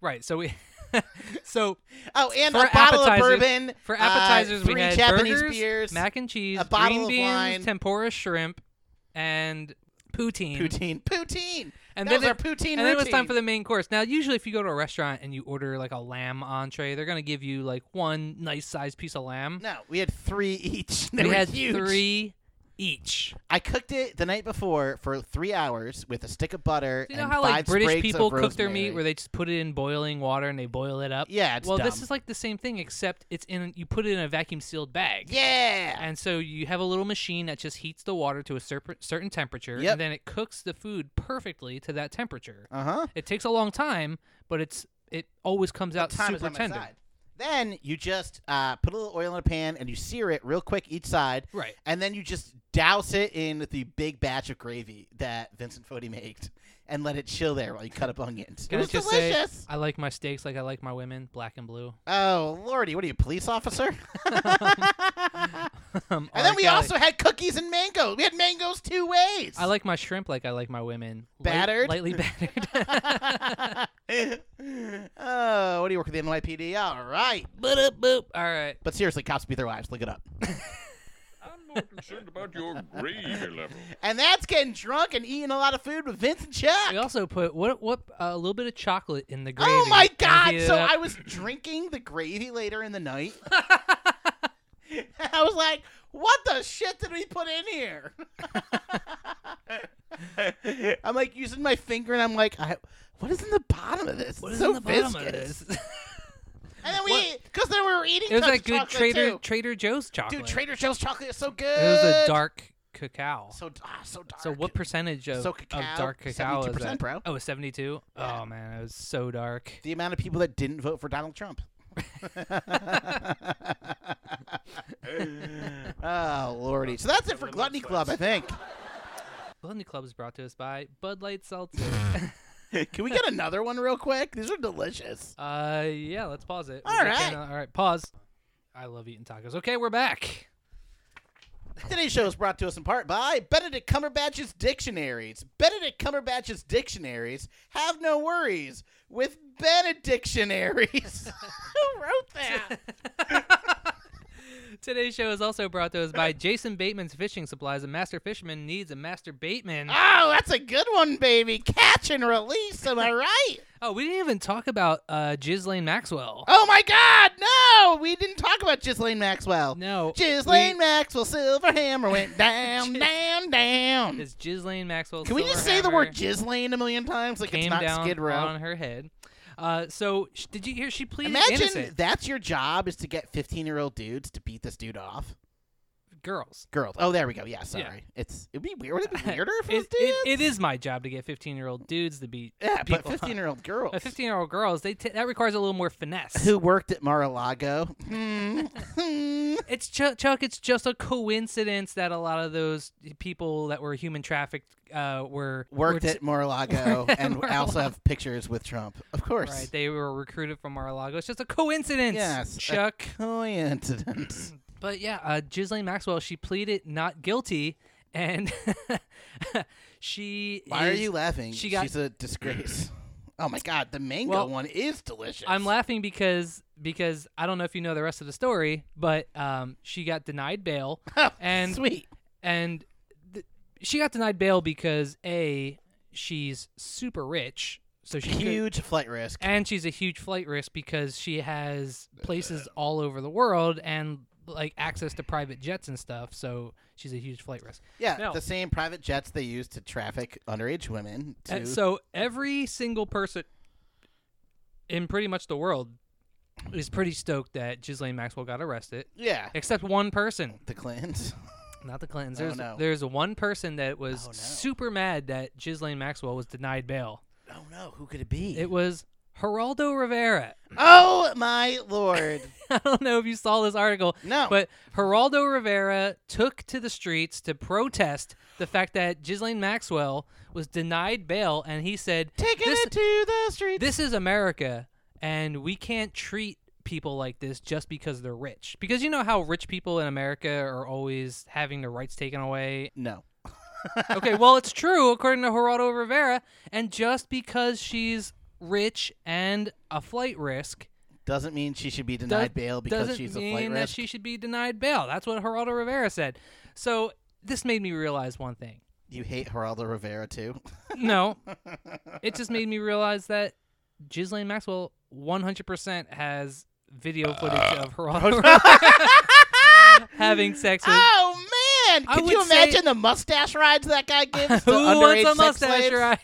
Speaker 2: Right. So we (laughs) so
Speaker 3: Oh, and
Speaker 2: for
Speaker 3: a bottle of
Speaker 2: appetizers-
Speaker 3: bourbon.
Speaker 2: for
Speaker 3: uh,
Speaker 2: appetizers,
Speaker 3: three
Speaker 2: we had
Speaker 3: Japanese
Speaker 2: burgers,
Speaker 3: beers,
Speaker 2: mac and cheese,
Speaker 3: a bottle
Speaker 2: green
Speaker 3: of
Speaker 2: beans,
Speaker 3: wine.
Speaker 2: tempura shrimp, and poutine.
Speaker 3: poutine, poutine.
Speaker 2: And
Speaker 3: that
Speaker 2: then
Speaker 3: was our
Speaker 2: it-
Speaker 3: poutine.
Speaker 2: And then it was time
Speaker 3: routine.
Speaker 2: for the main course. Now, usually, if you go to a restaurant and you order like a lamb entree, they're gonna give you like one nice sized piece of lamb.
Speaker 3: No, we had three each. (laughs) They
Speaker 2: we
Speaker 3: were
Speaker 2: had
Speaker 3: huge.
Speaker 2: three each.
Speaker 3: I cooked it the night before for three hours with a stick of butter
Speaker 2: Do you know
Speaker 3: and
Speaker 2: how
Speaker 3: five
Speaker 2: like British
Speaker 3: sprigs
Speaker 2: people
Speaker 3: of
Speaker 2: cook their
Speaker 3: rosemary.
Speaker 2: meat where they just put it in boiling water and they boil it up?
Speaker 3: Yeah, it's
Speaker 2: well, this
Speaker 3: dumb.
Speaker 2: is like the same thing except it's in you put it in a vacuum sealed bag.
Speaker 3: yeah,
Speaker 2: And so you have a little machine that just heats the water to a cer- certain temperature
Speaker 3: Yep.
Speaker 2: and then it cooks the food perfectly to that temperature.
Speaker 3: uh huh.
Speaker 2: It takes a long time, but it's it always comes out
Speaker 3: time is
Speaker 2: super
Speaker 3: on my
Speaker 2: tender.
Speaker 3: side. Then you just uh, put a little oil in a pan and you sear it real quick each side,
Speaker 2: Right.
Speaker 3: and then you just douse it in the big batch of gravy that Vincent Fodi made, (laughs) and let it chill there while you cut up onions.
Speaker 2: Can I
Speaker 3: it was
Speaker 2: just say,
Speaker 3: delicious.
Speaker 2: I like my steaks like I like my women, black and blue. (laughs)
Speaker 3: Oh lordy, what are you, a police officer? (laughs)
Speaker 2: Um,
Speaker 3: and
Speaker 2: R.
Speaker 3: then we
Speaker 2: Kelly.
Speaker 3: also had cookies and mangoes. We had mangoes two ways.
Speaker 2: I like my shrimp like I like my women. Light-
Speaker 3: Battered?
Speaker 2: lightly (laughs) battered.
Speaker 3: (laughs) oh, what do you work with the NYPD? All right,
Speaker 2: boop, boop. All right.
Speaker 3: but seriously, cops beat their wives. Look it up. (laughs)
Speaker 5: I'm more concerned about your gravy level.
Speaker 3: and that's getting drunk and eating a lot of food with Vincent Chuck.
Speaker 2: We also put what what uh, a little bit of chocolate in the gravy.
Speaker 3: Oh my
Speaker 2: and
Speaker 3: god!
Speaker 2: heat it
Speaker 3: So
Speaker 2: up.
Speaker 3: I was drinking the gravy later in
Speaker 2: (laughs)
Speaker 3: the night. (laughs) I was like, "What the shit did we put in
Speaker 2: (laughs)
Speaker 3: here?" I'm like using my finger, and I'm like, I, "What is in the bottom of this?
Speaker 2: What
Speaker 3: It's
Speaker 2: is
Speaker 3: so
Speaker 2: in the bottom of
Speaker 3: viscous." (laughs)
Speaker 2: this?
Speaker 3: And then
Speaker 2: What?
Speaker 3: we, because then we were eating.
Speaker 2: it was
Speaker 3: tons
Speaker 2: that
Speaker 3: of
Speaker 2: good
Speaker 3: chocolate,
Speaker 2: Trader
Speaker 3: too.
Speaker 2: Trader Joe's chocolate.
Speaker 3: Dude, Trader Joe's chocolate is so good.
Speaker 2: It was a dark cacao.
Speaker 3: So ah, so dark.
Speaker 2: So what percentage of,
Speaker 3: So
Speaker 2: of
Speaker 3: cacao,
Speaker 2: dark cacao is
Speaker 3: 72%,
Speaker 2: that?
Speaker 3: bro.
Speaker 2: Oh, seventy two.
Speaker 3: Yeah.
Speaker 2: Oh man, it was so dark.
Speaker 3: the amount of people that didn't vote for Donald Trump. (laughs) oh lordy! So that's it for Gluttony Club, I think.
Speaker 2: Gluttony Club is brought to us by Bud Light Seltzer.
Speaker 3: (laughs) Can we get another one real quick? These are delicious.
Speaker 2: uh, yeah, let's pause it.
Speaker 3: All
Speaker 2: We're just
Speaker 3: right.
Speaker 2: gonna- all right, pause. I love eating tacos. Okay, we're back.
Speaker 3: Today's show is brought to us in part by Benedict Cumberbatch's Dictionaries. Benedict Cumberbatch's Dictionaries have no worries with Benedictionaries. (laughs) Who wrote that?
Speaker 2: Today's show is also brought to us by Jason Bateman's Fishing Supplies. A master fisherman needs a master Bateman.
Speaker 3: Oh, that's a good one, baby. Catch and release. Am I right?
Speaker 2: Oh, we didn't even talk about uh, Ghislaine Maxwell.
Speaker 3: Oh my God! No, we didn't talk about Ghislaine Maxwell.
Speaker 2: No,
Speaker 3: Ghislaine
Speaker 2: we-
Speaker 3: Maxwell
Speaker 2: (laughs)
Speaker 3: Silverhammer went down,
Speaker 2: Gis-
Speaker 3: down, down.
Speaker 2: Is Ghislaine Maxwell?
Speaker 3: Can we just say the word
Speaker 2: Silverhammer
Speaker 3: Ghislaine a million times? Like
Speaker 2: Came
Speaker 3: it's not
Speaker 2: down
Speaker 3: Skid Row.
Speaker 2: on her head. Uh, so sh- did you hear? She pleaded
Speaker 3: Imagine
Speaker 2: innocent.
Speaker 3: that's your job is to get 15 year old dudes to beat this dude off.
Speaker 2: Girls.
Speaker 3: Girls. Oh, there we go. Yeah, sorry.
Speaker 2: Yeah.
Speaker 3: It's it'd be weird. Would it
Speaker 2: (laughs)
Speaker 3: be weirder if it was
Speaker 2: It,
Speaker 3: dudes?
Speaker 2: it, it is my job to get 15 year old dudes to beat
Speaker 3: yeah, but
Speaker 2: people.
Speaker 3: 15
Speaker 2: (laughs)
Speaker 3: year old girls.
Speaker 2: But 15 year old girls, they t- that requires a little more finesse.
Speaker 3: Who worked
Speaker 2: (laughs)
Speaker 3: at Mar-a-Lago? Hmm. (laughs) Hmm.
Speaker 2: It's Chuck, Chuck. It's just a coincidence that a lot of those people that were human trafficked uh, were
Speaker 3: Worked
Speaker 2: were t- (laughs)
Speaker 3: at Mar-a-Lago and also have pictures with Trump. Of course.
Speaker 2: Right, they were recruited from Mar-a-Lago. It's just a coincidence,
Speaker 3: Yes, uh, a-
Speaker 2: Chuck.
Speaker 3: coincidence.
Speaker 2: But yeah, uh, Ghislaine Maxwell, she pleaded not guilty, and (laughs) she.
Speaker 3: (clears throat) Why are
Speaker 2: is-
Speaker 3: you laughing?
Speaker 2: she got-
Speaker 3: She's
Speaker 2: (clears throat)
Speaker 3: a disgrace. Oh my god, the mango
Speaker 2: Well,
Speaker 3: one is delicious.
Speaker 2: I'm
Speaker 3: (laughs)
Speaker 2: laughing because because I don't know if you know the rest of the story, but um, she got denied
Speaker 3: (laughs)
Speaker 2: bail, and
Speaker 3: Oh, sweet.
Speaker 2: and th- she got denied bail because a she's super rich, so she could-
Speaker 3: Huge flight risk.
Speaker 2: and she's a huge flight risk because she has places all over the world and like access to private jets and stuff. So she's a huge flight risk.
Speaker 3: Yeah,
Speaker 2: No.
Speaker 3: the same private jets they use to traffic underage women to
Speaker 2: And Uh, so every single person in pretty much the world is pretty stoked that Ghislaine Maxwell got arrested,
Speaker 3: Yeah.
Speaker 2: except one person.
Speaker 3: The Clintons. (laughs)
Speaker 2: Not the Clintons.
Speaker 3: Oh,
Speaker 2: There's
Speaker 3: no.
Speaker 2: there's one person that was
Speaker 3: Oh, no.
Speaker 2: super mad that Ghislaine Maxwell was denied bail.
Speaker 3: Oh no, who could it be?
Speaker 2: It was Geraldo Rivera. (laughs)
Speaker 3: oh my lord.
Speaker 2: I don't know if you saw this article.
Speaker 3: No.
Speaker 2: But Geraldo Rivera took to the streets to protest the fact that Ghislaine Maxwell was denied bail, and he said,
Speaker 3: Taking
Speaker 2: this,
Speaker 3: it to the streets.
Speaker 2: this is America, and we can't treat people like this just because they're rich. Because you know how rich people in America are always having their rights taken away
Speaker 3: (laughs) no.
Speaker 2: okay, well, it's true according to Geraldo Rivera, and just because she's rich, and a flight risk.
Speaker 3: Doesn't mean she should be
Speaker 2: does-
Speaker 3: denied bail because
Speaker 2: doesn't
Speaker 3: she's a
Speaker 2: mean
Speaker 3: flight
Speaker 2: that
Speaker 3: risk.
Speaker 2: she should be denied bail. That's what Geraldo Rivera said. So this made me realize one thing.
Speaker 3: You hate Geraldo Rivera too. (laughs)
Speaker 2: No, it just made me realize that Ghislaine Maxwell 100% has video footage of
Speaker 3: Uh,
Speaker 2: Geraldo
Speaker 3: (laughs)
Speaker 2: Rivera (laughs) having sex with.
Speaker 3: oh man!
Speaker 2: I
Speaker 3: Could
Speaker 2: would
Speaker 3: you
Speaker 2: say-
Speaker 3: imagine the mustache rides
Speaker 2: (laughs)
Speaker 3: that guy gives
Speaker 2: (laughs)
Speaker 3: to
Speaker 2: Who wants a
Speaker 3: underage sex
Speaker 2: mustache
Speaker 3: slaves?
Speaker 2: ride?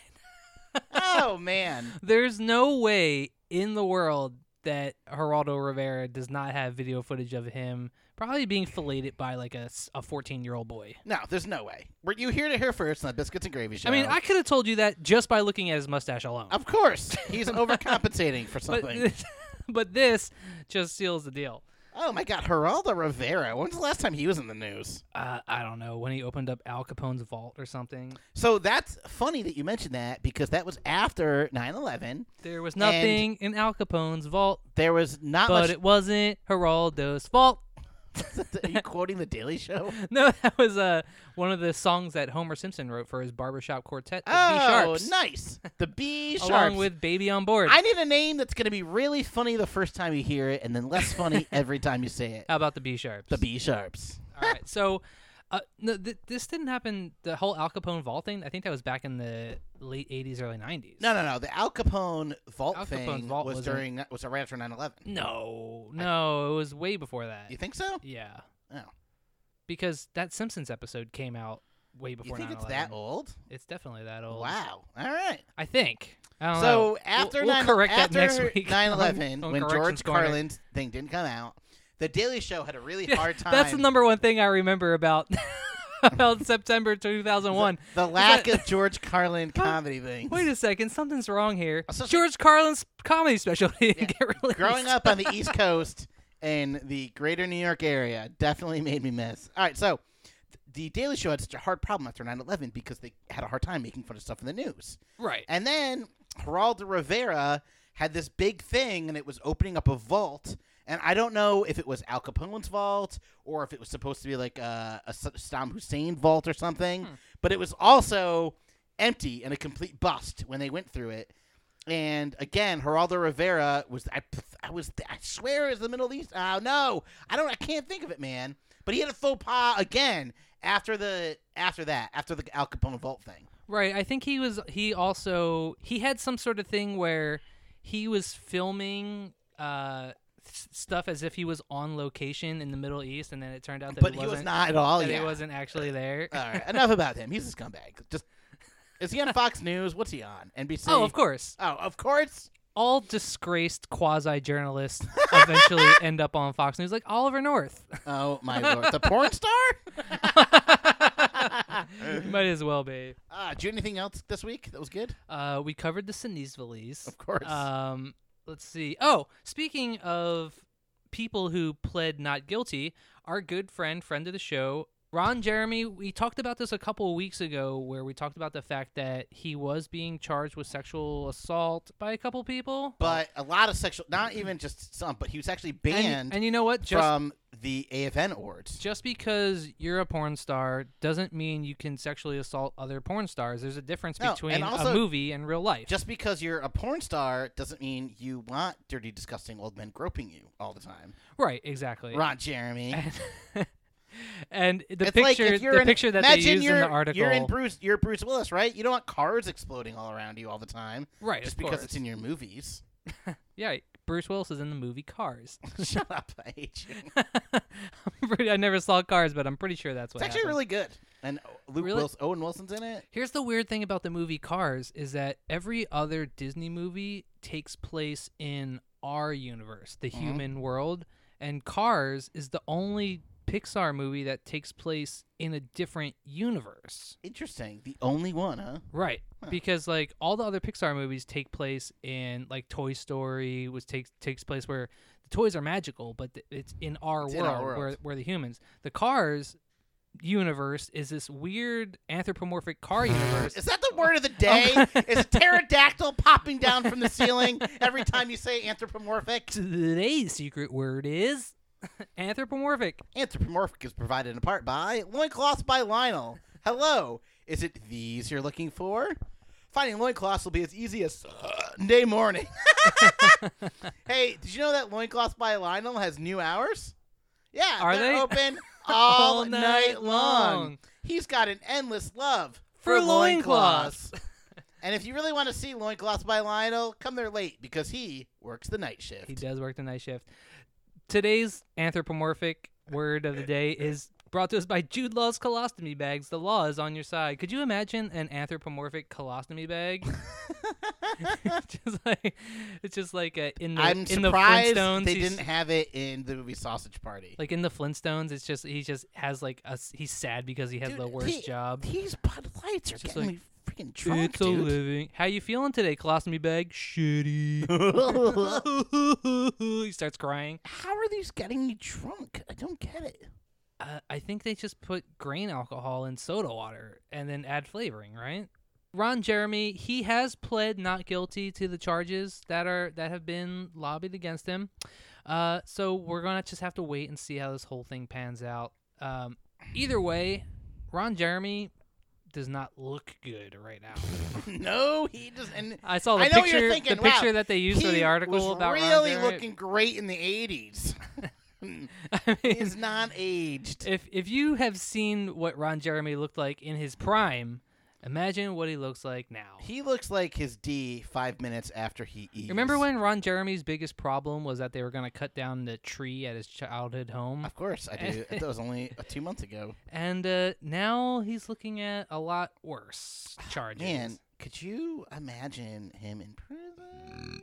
Speaker 3: Oh man!
Speaker 2: There's no way in the world that Geraldo Rivera does not have video footage of him probably being filleted by like a s- a 14 year old boy.
Speaker 3: No, there's no way. Were you here to hear first on the biscuits and gravy show?
Speaker 2: I mean, I could have told you that just by looking at his mustache alone.
Speaker 3: of course
Speaker 2: (laughs)
Speaker 3: he's overcompensating for
Speaker 2: but,
Speaker 3: something.
Speaker 2: this- (laughs) but this just seals the deal.
Speaker 3: oh my God, Geraldo Rivera! When's the last time he was in the news?
Speaker 2: Uh, I don't know when he opened up Al Capone's vault or something.
Speaker 3: So that's funny that you mentioned that because that was after 9/11.
Speaker 2: There was
Speaker 3: And-
Speaker 2: nothing in Al Capone's vault,
Speaker 3: There was not
Speaker 2: but
Speaker 3: much.
Speaker 2: it wasn't Geraldo's fault. (laughs)
Speaker 3: (laughs) Are you quoting the Daily Show?
Speaker 2: No, that was uh, one of the songs that Homer Simpson wrote for his barbershop quartet, the B
Speaker 3: Oh,
Speaker 2: Sharps,
Speaker 3: nice. The B sharps.
Speaker 2: along with Baby on Board.
Speaker 3: I need a name that's going to be really funny the first time you hear it, and then
Speaker 2: (laughs)
Speaker 3: less funny every time you say it.
Speaker 2: How about the B Sharps?
Speaker 3: The B sharps.
Speaker 2: All right, so. Uh, no, th- this didn't happen. The whole Al Capone vault thing. I think that was back in the late '80s, early '90s.
Speaker 3: No, no, no. The Al Capone vault
Speaker 2: Al Capone
Speaker 3: thing
Speaker 2: vault
Speaker 3: was
Speaker 2: wasn't-
Speaker 3: during was right after 9/11.
Speaker 2: No, no, it was way before that.
Speaker 3: You think so?
Speaker 2: Yeah,
Speaker 3: Oh.
Speaker 2: because that Simpsons episode came out way
Speaker 3: You
Speaker 2: before.
Speaker 3: think
Speaker 2: 9/11.
Speaker 3: it's that old?
Speaker 2: It's definitely that old.
Speaker 3: Wow. All right.
Speaker 2: I think. I don't know.
Speaker 3: So
Speaker 2: We'll-
Speaker 3: after
Speaker 2: we'll,
Speaker 3: 9,
Speaker 2: correct
Speaker 3: after
Speaker 2: that next (laughs)
Speaker 3: (laughs)
Speaker 2: week.
Speaker 3: 9/11,
Speaker 2: on- on
Speaker 3: when
Speaker 2: Corrections
Speaker 3: George
Speaker 2: Corner.
Speaker 3: Carlin's thing didn't come out, the Daily Show had a
Speaker 2: (laughs)
Speaker 3: really
Speaker 2: Yeah,
Speaker 3: hard time.
Speaker 2: That's the number one thing I remember about (laughs) about September
Speaker 3: (laughs)
Speaker 2: 2001.
Speaker 3: The lack
Speaker 2: that-
Speaker 3: of George Carlin comedy things.
Speaker 2: (laughs) Wait a second, something's wrong here.
Speaker 3: Uh, so-
Speaker 2: George Carlin's comedy special (laughs) didn't get released.
Speaker 3: growing up on the East Coast and the greater New York area definitely made me miss. All right, so th- the Daily Show had such a hard problem after 9 11 because they had a hard time making fun of stuff in the news.
Speaker 2: right?
Speaker 3: And then Geraldo Rivera had this big thing, and it was opening up a vault. And I don't know if it was Al Capone's vault or if it was supposed to be like a, a S- Saddam Hussein vault or something,
Speaker 2: Hmm.
Speaker 3: but it was also empty and a complete bust when they went through it. And again, Geraldo Rivera was I, I was I swear it was the Middle East. Oh no, I don't I can't think of it, man. But he had a faux pas again after the after that after the Al Capone vault thing.
Speaker 2: Right. I think he was. He also he had some sort of thing where he was filming uh, s- stuff as if he was on location in the Middle East, and then it turned out that
Speaker 3: But
Speaker 2: it
Speaker 3: he
Speaker 2: wasn't,
Speaker 3: was not Uh, at all.
Speaker 2: that
Speaker 3: Yeah.
Speaker 2: he wasn't actually there.
Speaker 3: All right, enough about him. He's a scumbag. Just is he on Fox News? What's he on? NBC.
Speaker 2: (laughs) oh, of course.
Speaker 3: Oh, of course.
Speaker 2: All disgraced quasi journalists
Speaker 3: (laughs)
Speaker 2: eventually end up on Fox News, like Oliver North. (laughs)
Speaker 3: Oh my lord, the porn star.
Speaker 2: Might as well be.
Speaker 3: Uh, did you do anything else this week that was good?
Speaker 2: Uh, we covered the Sinise valise.
Speaker 3: Of course.
Speaker 2: Um, let's see. Oh, speaking of people who pled not guilty, our good friend, friend of the show, Ron Jeremy, we talked about this a couple of weeks ago where we talked about the fact that he was being charged with sexual assault by a couple people.
Speaker 3: But a lot of sexual, not even just some, but he was actually banned
Speaker 2: and, and you know what? Just
Speaker 3: from the AFN awards.
Speaker 2: just because you're a porn star doesn't mean you can sexually assault other porn stars. There's a difference
Speaker 3: No, and
Speaker 2: between
Speaker 3: also-
Speaker 2: a movie and real life.
Speaker 3: Just because you're a porn star doesn't mean you want dirty, disgusting old men groping you all the time.
Speaker 2: right, exactly. (laughs)
Speaker 3: Ron Jeremy.
Speaker 2: and the
Speaker 3: it's like
Speaker 2: picture,
Speaker 3: if you're
Speaker 2: the
Speaker 3: in,
Speaker 2: picture that they
Speaker 3: imagine
Speaker 2: used in
Speaker 3: you're-
Speaker 2: the article.
Speaker 3: You're in Bruce. You're Bruce Willis, right? You don't want cars exploding all around you all the time,
Speaker 2: Right,
Speaker 3: Just
Speaker 2: of
Speaker 3: because
Speaker 2: course.
Speaker 3: it's in your movies. (laughs)
Speaker 2: yeah, Bruce Willis is in the movie Cars. (laughs)
Speaker 3: Shut up! I hate you.
Speaker 2: I'm pretty- I never saw Cars, but I'm pretty sure that's what
Speaker 3: It's actually
Speaker 2: happened.
Speaker 3: really good. And Luke
Speaker 2: Really?
Speaker 3: Wilson, Owen Wilson's in it.
Speaker 2: Here's the weird thing about the movie Cars is that every other Disney movie takes place in our universe,
Speaker 3: Mm-hmm.
Speaker 2: the human world, and Cars is the only Pixar movie that takes place in a different universe.
Speaker 3: Interesting. The only one, huh?
Speaker 2: Right. Because like all the other Pixar movies take place in like Toy Story was takes takes place where the toys are magical, but th- it's in our
Speaker 3: It's in
Speaker 2: world,
Speaker 3: our
Speaker 2: Where,
Speaker 3: world.
Speaker 2: where the humans. The Cars universe is this weird anthropomorphic car
Speaker 3: (laughs)
Speaker 2: universe.
Speaker 3: Is that the word of
Speaker 2: (laughs)
Speaker 3: the day?
Speaker 2: Oh,
Speaker 3: Is a pterodactyl popping down from the ceiling every time you
Speaker 2: (laughs)
Speaker 3: say anthropomorphic?
Speaker 2: Today's secret word is (laughs) anthropomorphic.
Speaker 3: Anthropomorphic is provided in part by Loincloths by Lionel. Hello. Is it these you're looking for? Finding loincloths will be as easy as Sunday morning. (laughs) hey, did you know that Loincloth by Lionel has new hours? Yeah,
Speaker 2: Are
Speaker 3: they're
Speaker 2: they? (laughs)
Speaker 3: open all,
Speaker 2: All
Speaker 3: night,
Speaker 2: night
Speaker 3: long.
Speaker 2: long.
Speaker 3: He's got an endless love
Speaker 2: For loincloths.
Speaker 3: loincloths. and if you really want to see Loincloths by Lionel, come there late because he works the night shift.
Speaker 2: He does work the night shift. Today's anthropomorphic word of the day is brought to us by Jude Law's colostomy bags. The law is on your side. Could you imagine an anthropomorphic colostomy bag? (laughs) just like, it's just like uh, in the
Speaker 3: I'm
Speaker 2: in the
Speaker 3: surprised
Speaker 2: Flintstones.
Speaker 3: they
Speaker 2: he's-
Speaker 3: didn't have it in the movie Sausage Party.
Speaker 2: like in the Flintstones. It's just he just has like a s- he's sad because he has the
Speaker 3: Dude,
Speaker 2: worst
Speaker 3: the-
Speaker 2: job.
Speaker 3: These Bud Lights are
Speaker 2: Just
Speaker 3: getting
Speaker 2: like,
Speaker 3: me freaking drunk,
Speaker 2: it's a
Speaker 3: dude.
Speaker 2: living. How you feeling today, colostomy bag?
Speaker 3: (laughs)
Speaker 2: Shitty. (laughs) he starts crying.
Speaker 3: How are these getting you drunk? I don't get it. (laughs)
Speaker 2: Uh, I think they just put grain alcohol in soda water and then add flavoring, right? Ron Jeremy, he has pled not guilty to the charges that are that have been lobbied against him. Uh, so we're gonna just have to wait and see how this whole thing pans out. Um, either way, Ron Jeremy does not look good right
Speaker 3: (laughs)
Speaker 2: now.
Speaker 3: no, he doesn't. And
Speaker 2: I saw the
Speaker 3: I know what
Speaker 2: picture,
Speaker 3: you're thinking.
Speaker 2: the picture
Speaker 3: wow,
Speaker 2: that they used for
Speaker 3: he
Speaker 2: the article
Speaker 3: was
Speaker 2: about Ron
Speaker 3: really
Speaker 2: Jeremy. (laughs)
Speaker 3: looking great in the (laughs) '80s.
Speaker 2: I mean,
Speaker 3: He's not aged.
Speaker 2: if if you have seen what Ron Jeremy looked like in his prime, imagine what he looks like now.
Speaker 3: He looks like his D five minutes after he eats.
Speaker 2: Remember when Ron Jeremy's biggest problem was that they were going to cut down the tree at his childhood home,
Speaker 3: Of course, I
Speaker 2: (laughs)
Speaker 3: do. that was only uh, two months ago.
Speaker 2: and uh, now he's looking at a lot worse charges.
Speaker 3: Man, could you imagine him in prison?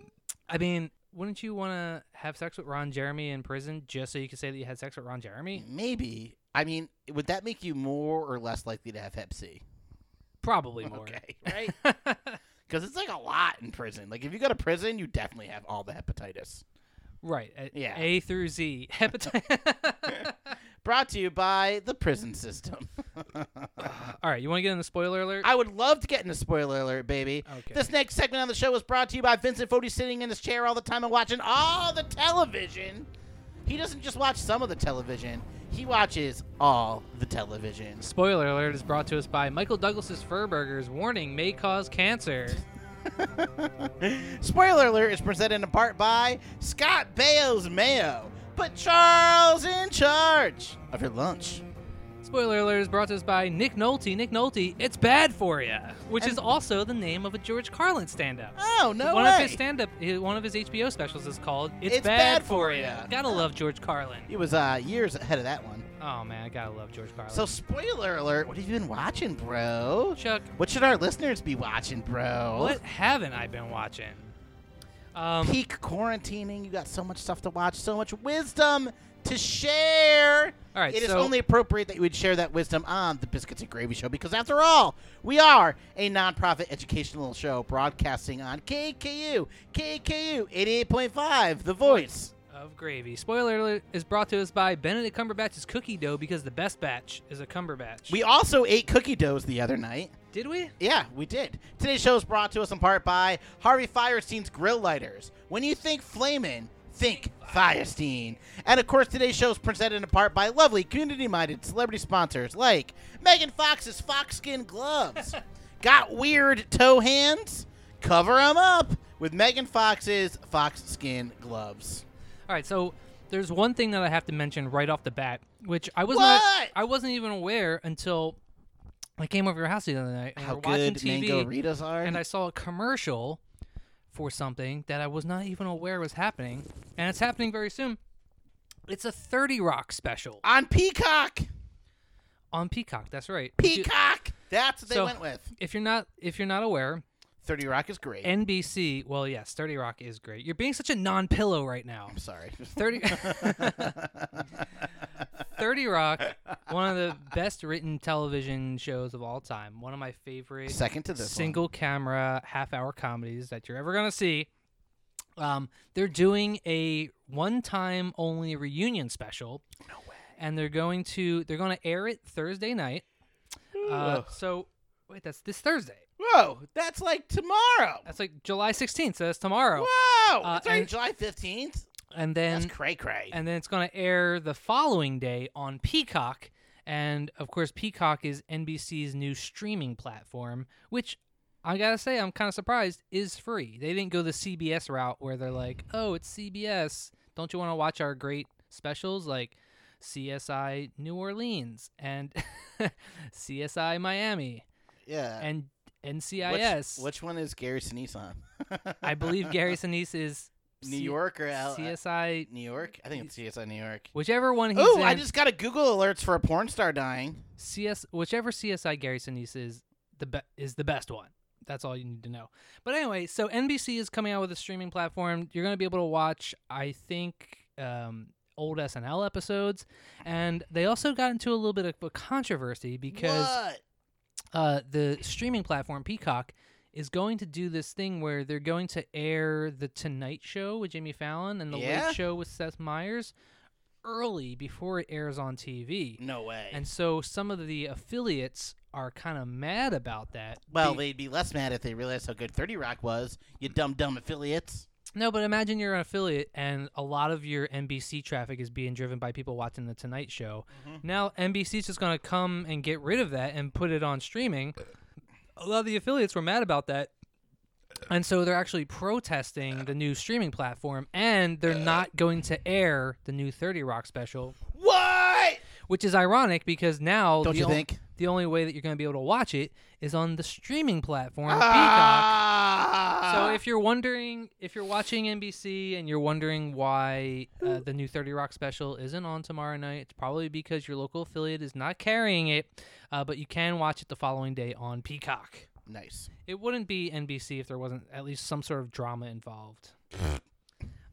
Speaker 2: I mean, wouldn't you want to have sex with Ron Jeremy in prison just so you could say that you had sex with Ron
Speaker 3: Mm.
Speaker 2: Jeremy?
Speaker 3: Maybe. I mean, would that make you more or less likely to have Hep C? (laughs)
Speaker 2: Probably more.
Speaker 3: Okay, right? Because it's like a lot in prison. Like if you go to prison, you definitely have all the hepatitis.
Speaker 2: right. A,
Speaker 3: Yeah.
Speaker 2: A through Z. (laughs) Hepatitis.
Speaker 3: Brought to you by the prison system.
Speaker 2: (laughs) All right. You want to get in the spoiler alert?
Speaker 3: I would love to get into spoiler alert, baby.
Speaker 2: Okay.
Speaker 3: This next segment on the show was brought to you by Vincent Fodi sitting in his chair all the time and watching all the television. He doesn't just watch some of the television, he watches all the television.
Speaker 2: Spoiler alert is brought to us by Michael Douglas's Fur Burgers. Warning may cause cancer.
Speaker 3: Spoiler alert is presented in part by Scott Baio's Mayo. Put Charles in charge of your lunch.
Speaker 2: Spoiler alert is brought to us by Nick Nolte. Nick Nolte, it's bad for you, which is also the name of a George Carlin stand-up.
Speaker 3: Oh, no
Speaker 2: one
Speaker 3: way.
Speaker 2: of his stand-up, hi- one of his HBO specials is called "It's,
Speaker 3: It's
Speaker 2: bad,
Speaker 3: Bad
Speaker 2: for
Speaker 3: for
Speaker 2: You."
Speaker 3: Ya.
Speaker 2: Gotta love George Carlin.
Speaker 3: he was uh, years ahead of that one.
Speaker 2: Oh man, I gotta love George Carlin.
Speaker 3: So, spoiler alert, what have you been watching, bro?
Speaker 2: Chuck,
Speaker 3: What should our listeners be watching, bro?
Speaker 2: what haven't I been watching? Um,
Speaker 3: Peak quarantining. You got so much stuff to watch, so much wisdom to share.
Speaker 2: All right,
Speaker 3: It is
Speaker 2: so-
Speaker 3: only appropriate that you would share that wisdom on the Biscuits and Gravy Show because, after all, we are a nonprofit educational show broadcasting on KKU, KKU 88.5, The Voice.
Speaker 2: of gravy. Spoiler alert is brought to us by Benedict Cumberbatch's cookie dough because the best batch is a Cumberbatch.
Speaker 3: We also ate cookie doughs the other night.
Speaker 2: did we?
Speaker 3: Yeah, we did. Today's show is brought to us in part by Harvey Firestein's Grill Lighters. When you think flamin', think Firestein. And of course, today's show is presented in part by lovely community-minded celebrity sponsors like Megan Fox's Fox
Speaker 2: (laughs)
Speaker 3: Skin Gloves. Got weird toe hands? Cover 'em up with Megan Fox's Fox Skin Gloves.
Speaker 2: All right, so there's one thing that I have to mention right off the bat, which I was not
Speaker 3: What?
Speaker 2: I wasn't even aware until I came over to your house the other night and
Speaker 3: How
Speaker 2: we're watching
Speaker 3: good
Speaker 2: TV
Speaker 3: mango Ritas are.
Speaker 2: and I saw a commercial for something that I was not even aware was happening, and it's happening very soon. It's a 30 Rock special
Speaker 3: on Peacock.
Speaker 2: on Peacock. That's right. If you-
Speaker 3: Peacock. That's what they
Speaker 2: So-
Speaker 3: went with.
Speaker 2: If you're not if you're not aware,
Speaker 3: 30 Rock is great.
Speaker 2: NBC, well yes, 30 Rock is great. You're being such a non-pillow right now.
Speaker 3: I'm sorry. (laughs)
Speaker 2: 30, 30 Rock, one of the best written television shows of all time. One of my favorite
Speaker 3: Second to this one.
Speaker 2: single camera half hour comedies that you're ever going to see. Um, they're doing a one time only reunion special. No way. And they're going to they're going to air it Thursday night. Uh, so wait, that's this Thursday.
Speaker 3: Whoa, that's like tomorrow.
Speaker 2: That's like July 16th, so that's tomorrow.
Speaker 3: Whoa,
Speaker 2: Uh,
Speaker 3: it's already
Speaker 2: and-
Speaker 3: July fifteenth.
Speaker 2: And then
Speaker 3: That's cray cray.
Speaker 2: and then it's going to air the following day on Peacock. And of course, Peacock is NBC's new streaming platform, which I gotta say, I'm kind of surprised. Is free. They didn't go the CBS route where they're like, "Oh, it's CBS. Don't you want to watch our great specials like CSI New Orleans and (laughs) CSI Miami
Speaker 3: Yeah.
Speaker 2: and
Speaker 3: Which-
Speaker 2: NCIS?"
Speaker 3: Uh, Which, one is Gary Sinise on? (laughs)
Speaker 2: I believe Gary Sinise is
Speaker 3: New
Speaker 2: C-
Speaker 3: York or L-
Speaker 2: CSI,
Speaker 3: New York? I think it's CSI New York.
Speaker 2: whichever one he's
Speaker 3: Oh,
Speaker 2: in.
Speaker 3: I just got a Google alerts for a porn star dying.
Speaker 2: CS, whichever CSI Gary Sinise is the be- is the best one. That's all you need to know. But anyway, so NBC is coming out with a streaming platform. You're going to be able to watch, I think, um, old SNL episodes, and they also got into a little bit of a controversy because
Speaker 3: what?
Speaker 2: uh, the streaming platform Peacock is going to do this thing where they're going to air the Tonight Show with Jimmy Fallon and the
Speaker 3: Yeah?
Speaker 2: Late Show with Seth Meyers early before it airs on TV.
Speaker 3: No way.
Speaker 2: And so some of the affiliates are kind of mad about that.
Speaker 3: well,
Speaker 2: Be-
Speaker 3: they'd be less mad if they realized how good 30 Rock was, you dumb, dumb affiliates.
Speaker 2: no, but imagine you're an affiliate and a lot of your NBC traffic is being driven by people watching The Tonight Show.
Speaker 3: Mm-hmm.
Speaker 2: Now NBC's just going to come and get rid of that and put it on streaming. A lot of the affiliates were mad about that. And so they're actually protesting the new streaming platform and they're not going to air the new 30 Rock special,
Speaker 3: What?
Speaker 2: which is ironic because now
Speaker 3: Don't
Speaker 2: the
Speaker 3: you
Speaker 2: on-
Speaker 3: think?
Speaker 2: the only way that you're going to be able to watch it is on the streaming platform Peacock.
Speaker 3: Ah!
Speaker 2: So Uh, if you're wondering, if you're watching NBC and you're wondering why uh, the new 30 Rock special isn't on tomorrow night, it's probably because your local affiliate is not carrying it, uh, but you can watch it the following day on Peacock.
Speaker 3: nice.
Speaker 2: It wouldn't be NBC if there wasn't at least some sort of drama
Speaker 3: (laughs)
Speaker 2: involved.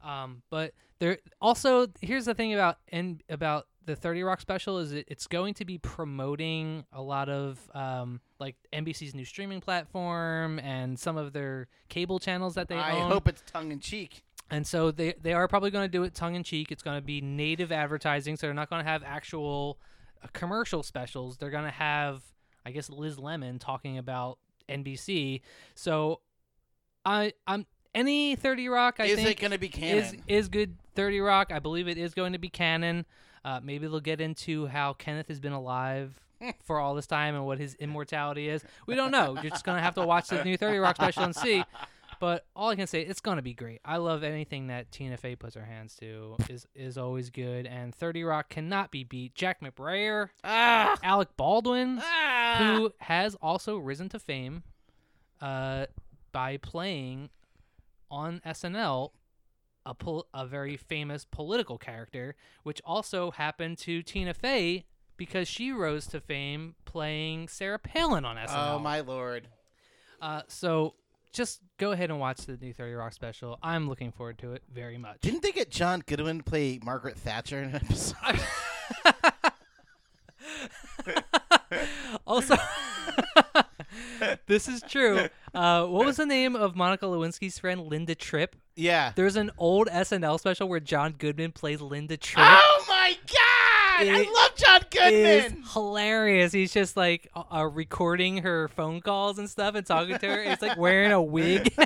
Speaker 2: um, but there also here's the thing about and about the Thirty Rock special is it, it's going to be promoting a lot of um, like NBC's new streaming platform and some of their cable channels that they
Speaker 3: I
Speaker 2: own.
Speaker 3: hope it's tongue in cheek.
Speaker 2: And so they they are probably going to do it tongue in cheek. It's going to be native advertising, so they're not going to have actual uh, commercial specials. They're going to have, I guess, Liz Lemon talking about NBC. So, I I'm any Thirty Rock. I
Speaker 3: is
Speaker 2: think
Speaker 3: it going to be canon?
Speaker 2: is is good Thirty Rock. I believe it is going to be canon. Uh, maybe they'll get into how Kenneth has been
Speaker 3: (laughs)
Speaker 2: alive for all this time and what his immortality is. We don't know. You're just gonna have to watch the new Thirty Rock special and see. But all I can say, it's gonna be great. I love anything that Tina Fey puts her hands to is is always good. And Thirty Rock cannot be beat. Jack McBrayer,
Speaker 3: ah!
Speaker 2: Alec Baldwin,
Speaker 3: Ah!
Speaker 2: who has also risen to fame uh, by playing on SNL a, pol- a very famous political character, which also happened to Tina Fey because she rose to fame playing Sarah Palin on SNL.
Speaker 3: Oh, my lord.
Speaker 2: Uh, so just go ahead and watch the new 30 Rock special. I'm looking forward to it very much.
Speaker 3: (laughs) Didn't they get John Goodwin to play Margaret Thatcher in an episode?
Speaker 2: also, (laughs) this is true. Uh, what was the name of Monica Lewinsky's friend, Linda Tripp?
Speaker 3: yeah.
Speaker 2: There's an old SNL special where John Goodman plays Linda Tripp.
Speaker 3: Oh my god! I
Speaker 2: It
Speaker 3: love John
Speaker 2: It's
Speaker 3: Goodman.
Speaker 2: hilarious. He's just like uh, uh, recording her phone calls and stuff and talking to her. It's like wearing a wig. (laughs) uh,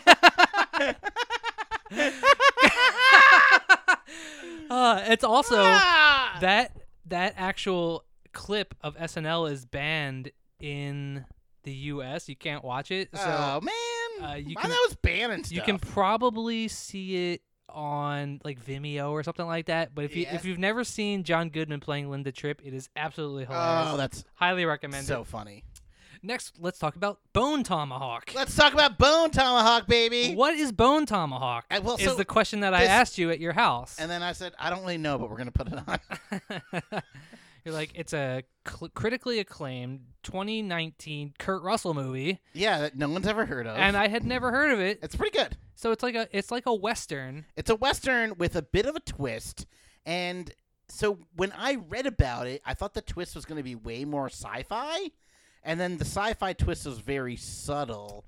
Speaker 2: it's also
Speaker 3: Ah!
Speaker 2: that that actual clip of SNL is banned in the U.S. You can't watch it, so
Speaker 3: oh man!
Speaker 2: uh, you
Speaker 3: Why
Speaker 2: can-
Speaker 3: that was banning stuff.
Speaker 2: you can probably see it on like Vimeo or something like that. But if you
Speaker 3: Yeah.
Speaker 2: if you've never seen John Goodman playing Linda Tripp, it is absolutely hilarious.
Speaker 3: Oh, that's
Speaker 2: Highly recommend
Speaker 3: so
Speaker 2: it.
Speaker 3: funny.
Speaker 2: Next, let's talk about Bone Tomahawk.
Speaker 3: Let's talk about Bone Tomahawk, baby.
Speaker 2: What is Bone Tomahawk?
Speaker 3: Uh, well,
Speaker 2: is
Speaker 3: so
Speaker 2: the question that I
Speaker 3: this-
Speaker 2: asked you at your house. (laughs)
Speaker 3: And then I said, I don't really know, but we're gonna put it on. (laughs)
Speaker 2: You're like, it's a cl- critically acclaimed 2019 Kurt Russell movie,
Speaker 3: yeah, that no one's ever heard of.
Speaker 2: and I had never heard of it.
Speaker 3: it's pretty good.
Speaker 2: So it's like a it's like a
Speaker 3: (laughs)
Speaker 2: western.
Speaker 3: It's a western with a bit of a twist, and so when I read about it, I thought the twist was going to be way more sci-fi, and then the sci-fi twist was very subtle.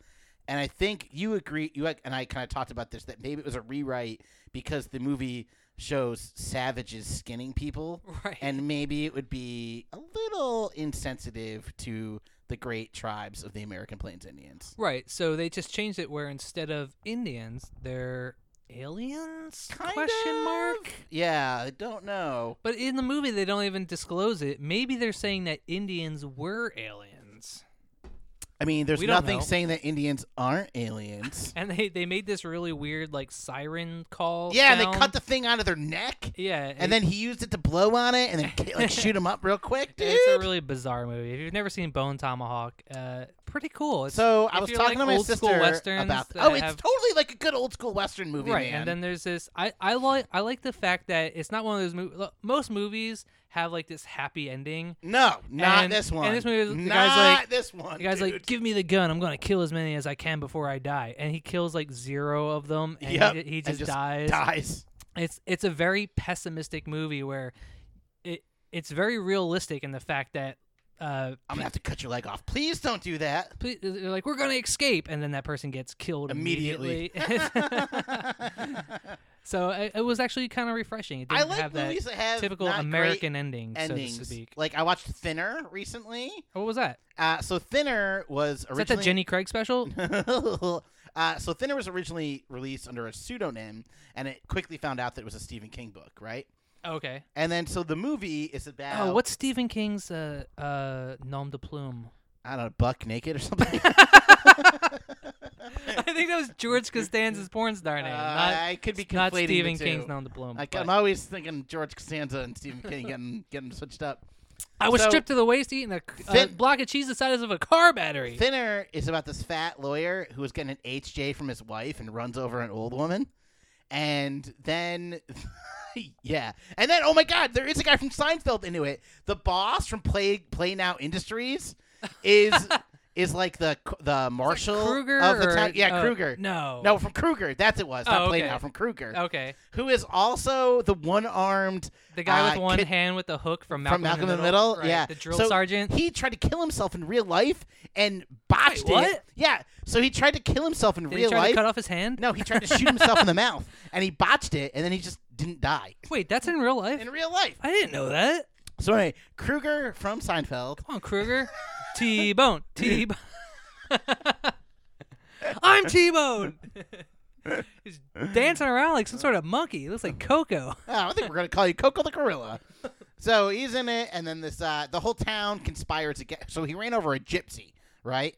Speaker 3: And I think you agree. You and I kind of talked about this that maybe it was a rewrite because the movie shows savages skinning people,
Speaker 2: Right.
Speaker 3: and maybe it would be a little insensitive to the great tribes of the American Plains Indians.
Speaker 2: Right. So they just changed it where instead of Indians, they're aliens?
Speaker 3: Kind
Speaker 2: question mark.
Speaker 3: of. Yeah, I don't know.
Speaker 2: But in the movie, they don't even disclose it. Maybe they're saying that Indians were aliens.
Speaker 3: I mean, there's
Speaker 2: We don't
Speaker 3: nothing
Speaker 2: know.
Speaker 3: saying that Indians aren't
Speaker 2: (laughs)
Speaker 3: aliens.
Speaker 2: and they they made this really weird like siren call.
Speaker 3: yeah, and they
Speaker 2: sound.
Speaker 3: cut the thing out of their neck,
Speaker 2: yeah,
Speaker 3: and then he used it to blow on
Speaker 2: (laughs)
Speaker 3: it, and then ki- like shoot him up real quick, dude.
Speaker 2: It's a really bizarre movie. If you've never seen Bone Tomahawk, uh, pretty cool. It's,
Speaker 3: so I
Speaker 2: if
Speaker 3: was
Speaker 2: you
Speaker 3: talking
Speaker 2: like
Speaker 3: to my
Speaker 2: old school
Speaker 3: sister
Speaker 2: westerns
Speaker 3: about. th-
Speaker 2: that
Speaker 3: oh, it's
Speaker 2: have-
Speaker 3: totally like a good old school western movie,
Speaker 2: right,
Speaker 3: man.
Speaker 2: and then there's this. I I like I like the fact that it's not one of those movies. Most movies have like this happy ending.
Speaker 3: no, not
Speaker 2: and-
Speaker 3: this
Speaker 2: and
Speaker 3: one.
Speaker 2: this movie, the
Speaker 3: not
Speaker 2: guy's like-
Speaker 3: this one.
Speaker 2: The guy's
Speaker 3: dude.
Speaker 2: like, "Give me the gun. I'm gonna kill as many as I can before I die." And he kills like zero of them, and
Speaker 3: Yep,
Speaker 2: he, ju- he
Speaker 3: and
Speaker 2: just,
Speaker 3: just
Speaker 2: dies.
Speaker 3: dies.
Speaker 2: It's it's a very pessimistic movie where it it's very realistic in the fact that uh,
Speaker 3: I'm gonna have to cut your leg off. Please don't do that.
Speaker 2: ple- they're like, "We're gonna escape," and then that person gets killed
Speaker 3: Immediately.
Speaker 2: (laughs) so it, it was actually kind of refreshing. It
Speaker 3: I
Speaker 2: didn't
Speaker 3: like
Speaker 2: have that
Speaker 3: movies that have
Speaker 2: typical
Speaker 3: not great
Speaker 2: American ending, so to
Speaker 3: endings.
Speaker 2: speak.
Speaker 3: like I watched Thinner recently.
Speaker 2: What was that?
Speaker 3: Uh, so Thinner was
Speaker 2: Is that the
Speaker 3: originally
Speaker 2: Jenny Craig
Speaker 3: (laughs)
Speaker 2: special?
Speaker 3: uh, so Thinner was originally released under a pseudonym, and it quickly found out that it was a Stephen King book, right?
Speaker 2: Oh, okay.
Speaker 3: And then so the movie is about
Speaker 2: Oh, what's Stephen King's uh, uh, nom de plume?
Speaker 3: I don't know, buck naked or something.
Speaker 2: (laughs)
Speaker 3: (laughs)
Speaker 2: I think that was George Costanza's porn star name. not,
Speaker 3: Uh, I could be
Speaker 2: not
Speaker 3: conflating the
Speaker 2: Stephen
Speaker 3: two.
Speaker 2: King's nom de plume.
Speaker 3: Like,
Speaker 2: but-
Speaker 3: I'm always thinking George Costanza and Stephen
Speaker 2: (laughs)
Speaker 3: King getting getting switched up.
Speaker 2: I was
Speaker 3: so-
Speaker 2: stripped to the waist eating a, c- a
Speaker 3: Thin-
Speaker 2: block of cheese the size of a car battery.
Speaker 3: Thinner is about this fat lawyer who is getting an HJ from his wife and runs over an old woman. And then, (laughs) yeah. And then, oh my God, there is a guy from Seinfeld into it. The boss from Play, Play Now Industries is.
Speaker 2: (laughs)
Speaker 3: Is like the the marshal
Speaker 2: Kruger
Speaker 3: of the
Speaker 2: or-
Speaker 3: town. Yeah,
Speaker 2: uh,
Speaker 3: Kruger.
Speaker 2: no.
Speaker 3: no, from Kruger. That's it was not
Speaker 2: Oh,
Speaker 3: Play
Speaker 2: okay.
Speaker 3: Now from Kruger,
Speaker 2: Okay.
Speaker 3: who is also the one armed
Speaker 2: The guy with
Speaker 3: uh,
Speaker 2: one
Speaker 3: kid-
Speaker 2: hand with the hook from Malcolm,
Speaker 3: from Malcolm
Speaker 2: in the Middle. Right,
Speaker 3: Yeah,
Speaker 2: The drill
Speaker 3: So
Speaker 2: sergeant.
Speaker 3: He tried to kill himself in real life and botched
Speaker 2: Wait,
Speaker 3: it.
Speaker 2: what?
Speaker 3: Yeah, so he tried to kill himself in
Speaker 2: Did
Speaker 3: real
Speaker 2: he try
Speaker 3: life.
Speaker 2: to cut off his hand?
Speaker 3: No, he tried to shoot himself in the mouth and he botched it, and then he just didn't
Speaker 2: (laughs)
Speaker 3: die
Speaker 2: Wait, that's in real life?
Speaker 3: in real life.
Speaker 2: I didn't know that.
Speaker 3: So anyway, Kruger from Seinfeld. (laughs)
Speaker 2: Come on, Kruger. T Bone. T Bone. (laughs) I'm T Bone. (laughs) He's dancing around like some sort of monkey. He looks like Coco. (laughs)
Speaker 3: Oh, I think we're gonna call you Coco the gorilla. So he's in it, and then this uh, the whole town conspires against. So he ran over a gypsy, right?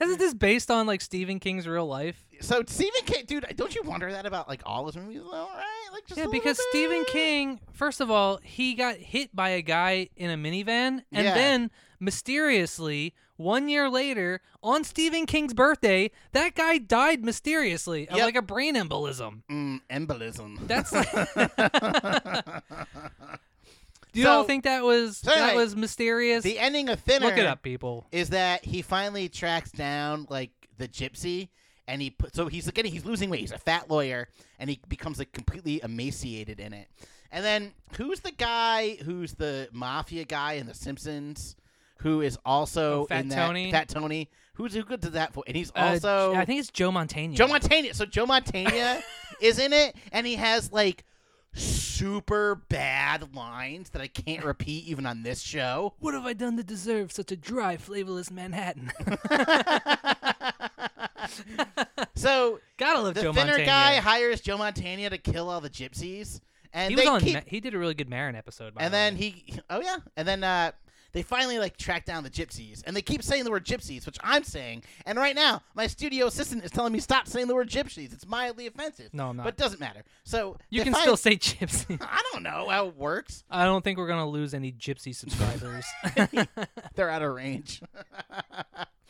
Speaker 2: Isn't this based on like Stephen King's real life?
Speaker 3: So Stephen King, dude, don't you wonder that about like all his movies, though, right? Like just a
Speaker 2: Yeah,
Speaker 3: little
Speaker 2: because
Speaker 3: bit?
Speaker 2: Stephen King, first of all, he got hit by a guy in a minivan, and
Speaker 3: Yeah.
Speaker 2: then mysteriously, one year later, on Stephen King's birthday, that guy died mysteriously of
Speaker 3: Yep.
Speaker 2: like a brain embolism.
Speaker 3: Mm, embolism. (laughs)
Speaker 2: That's like, do you all
Speaker 3: So-
Speaker 2: think that was
Speaker 3: so
Speaker 2: that
Speaker 3: anyway,
Speaker 2: was mysterious?
Speaker 3: The ending of Thinner
Speaker 2: Look it up, people.
Speaker 3: is that he finally tracks down like the gypsy and he put so he's again he's losing weight. He's a fat lawyer and he becomes like completely emaciated in it. And then who's the guy who's the mafia guy in The Simpsons who is also
Speaker 2: Oh, Fat
Speaker 3: in that
Speaker 2: Tony?
Speaker 3: Fat Tony? Who's who good to that for? And he's
Speaker 2: Uh,
Speaker 3: also
Speaker 2: J- I think it's Joe Montana.
Speaker 3: Joe Montana. So Joe
Speaker 2: (laughs)
Speaker 3: Montana is in it, and he has like super bad lines that I can't repeat even on this show.
Speaker 2: What have I done to deserve such a dry, flavorless Manhattan? (laughs)
Speaker 3: so
Speaker 2: Gotta love
Speaker 3: the
Speaker 2: Joe
Speaker 3: thinner
Speaker 2: Montana.
Speaker 3: guy hires Joe Montana to kill all the gypsies, and
Speaker 2: he
Speaker 3: they
Speaker 2: was on.
Speaker 3: keep,
Speaker 2: Ma- uh, he did a really good Marin episode. By
Speaker 3: and
Speaker 2: the
Speaker 3: then
Speaker 2: way.
Speaker 3: he, oh yeah, and then uh, they finally like track down the gypsies, and they keep saying the word gypsies, which I'm saying, and right now my studio assistant is telling me stop saying the word gypsies. It's mildly offensive.
Speaker 2: No, I'm not.
Speaker 3: But it doesn't matter. So
Speaker 2: you
Speaker 3: they
Speaker 2: can
Speaker 3: fin-
Speaker 2: still say gypsy. (laughs)
Speaker 3: I don't know how it works.
Speaker 2: I don't think we're gonna lose any gypsy
Speaker 3: (laughs)
Speaker 2: subscribers.
Speaker 3: They're out of
Speaker 2: (laughs)
Speaker 3: range.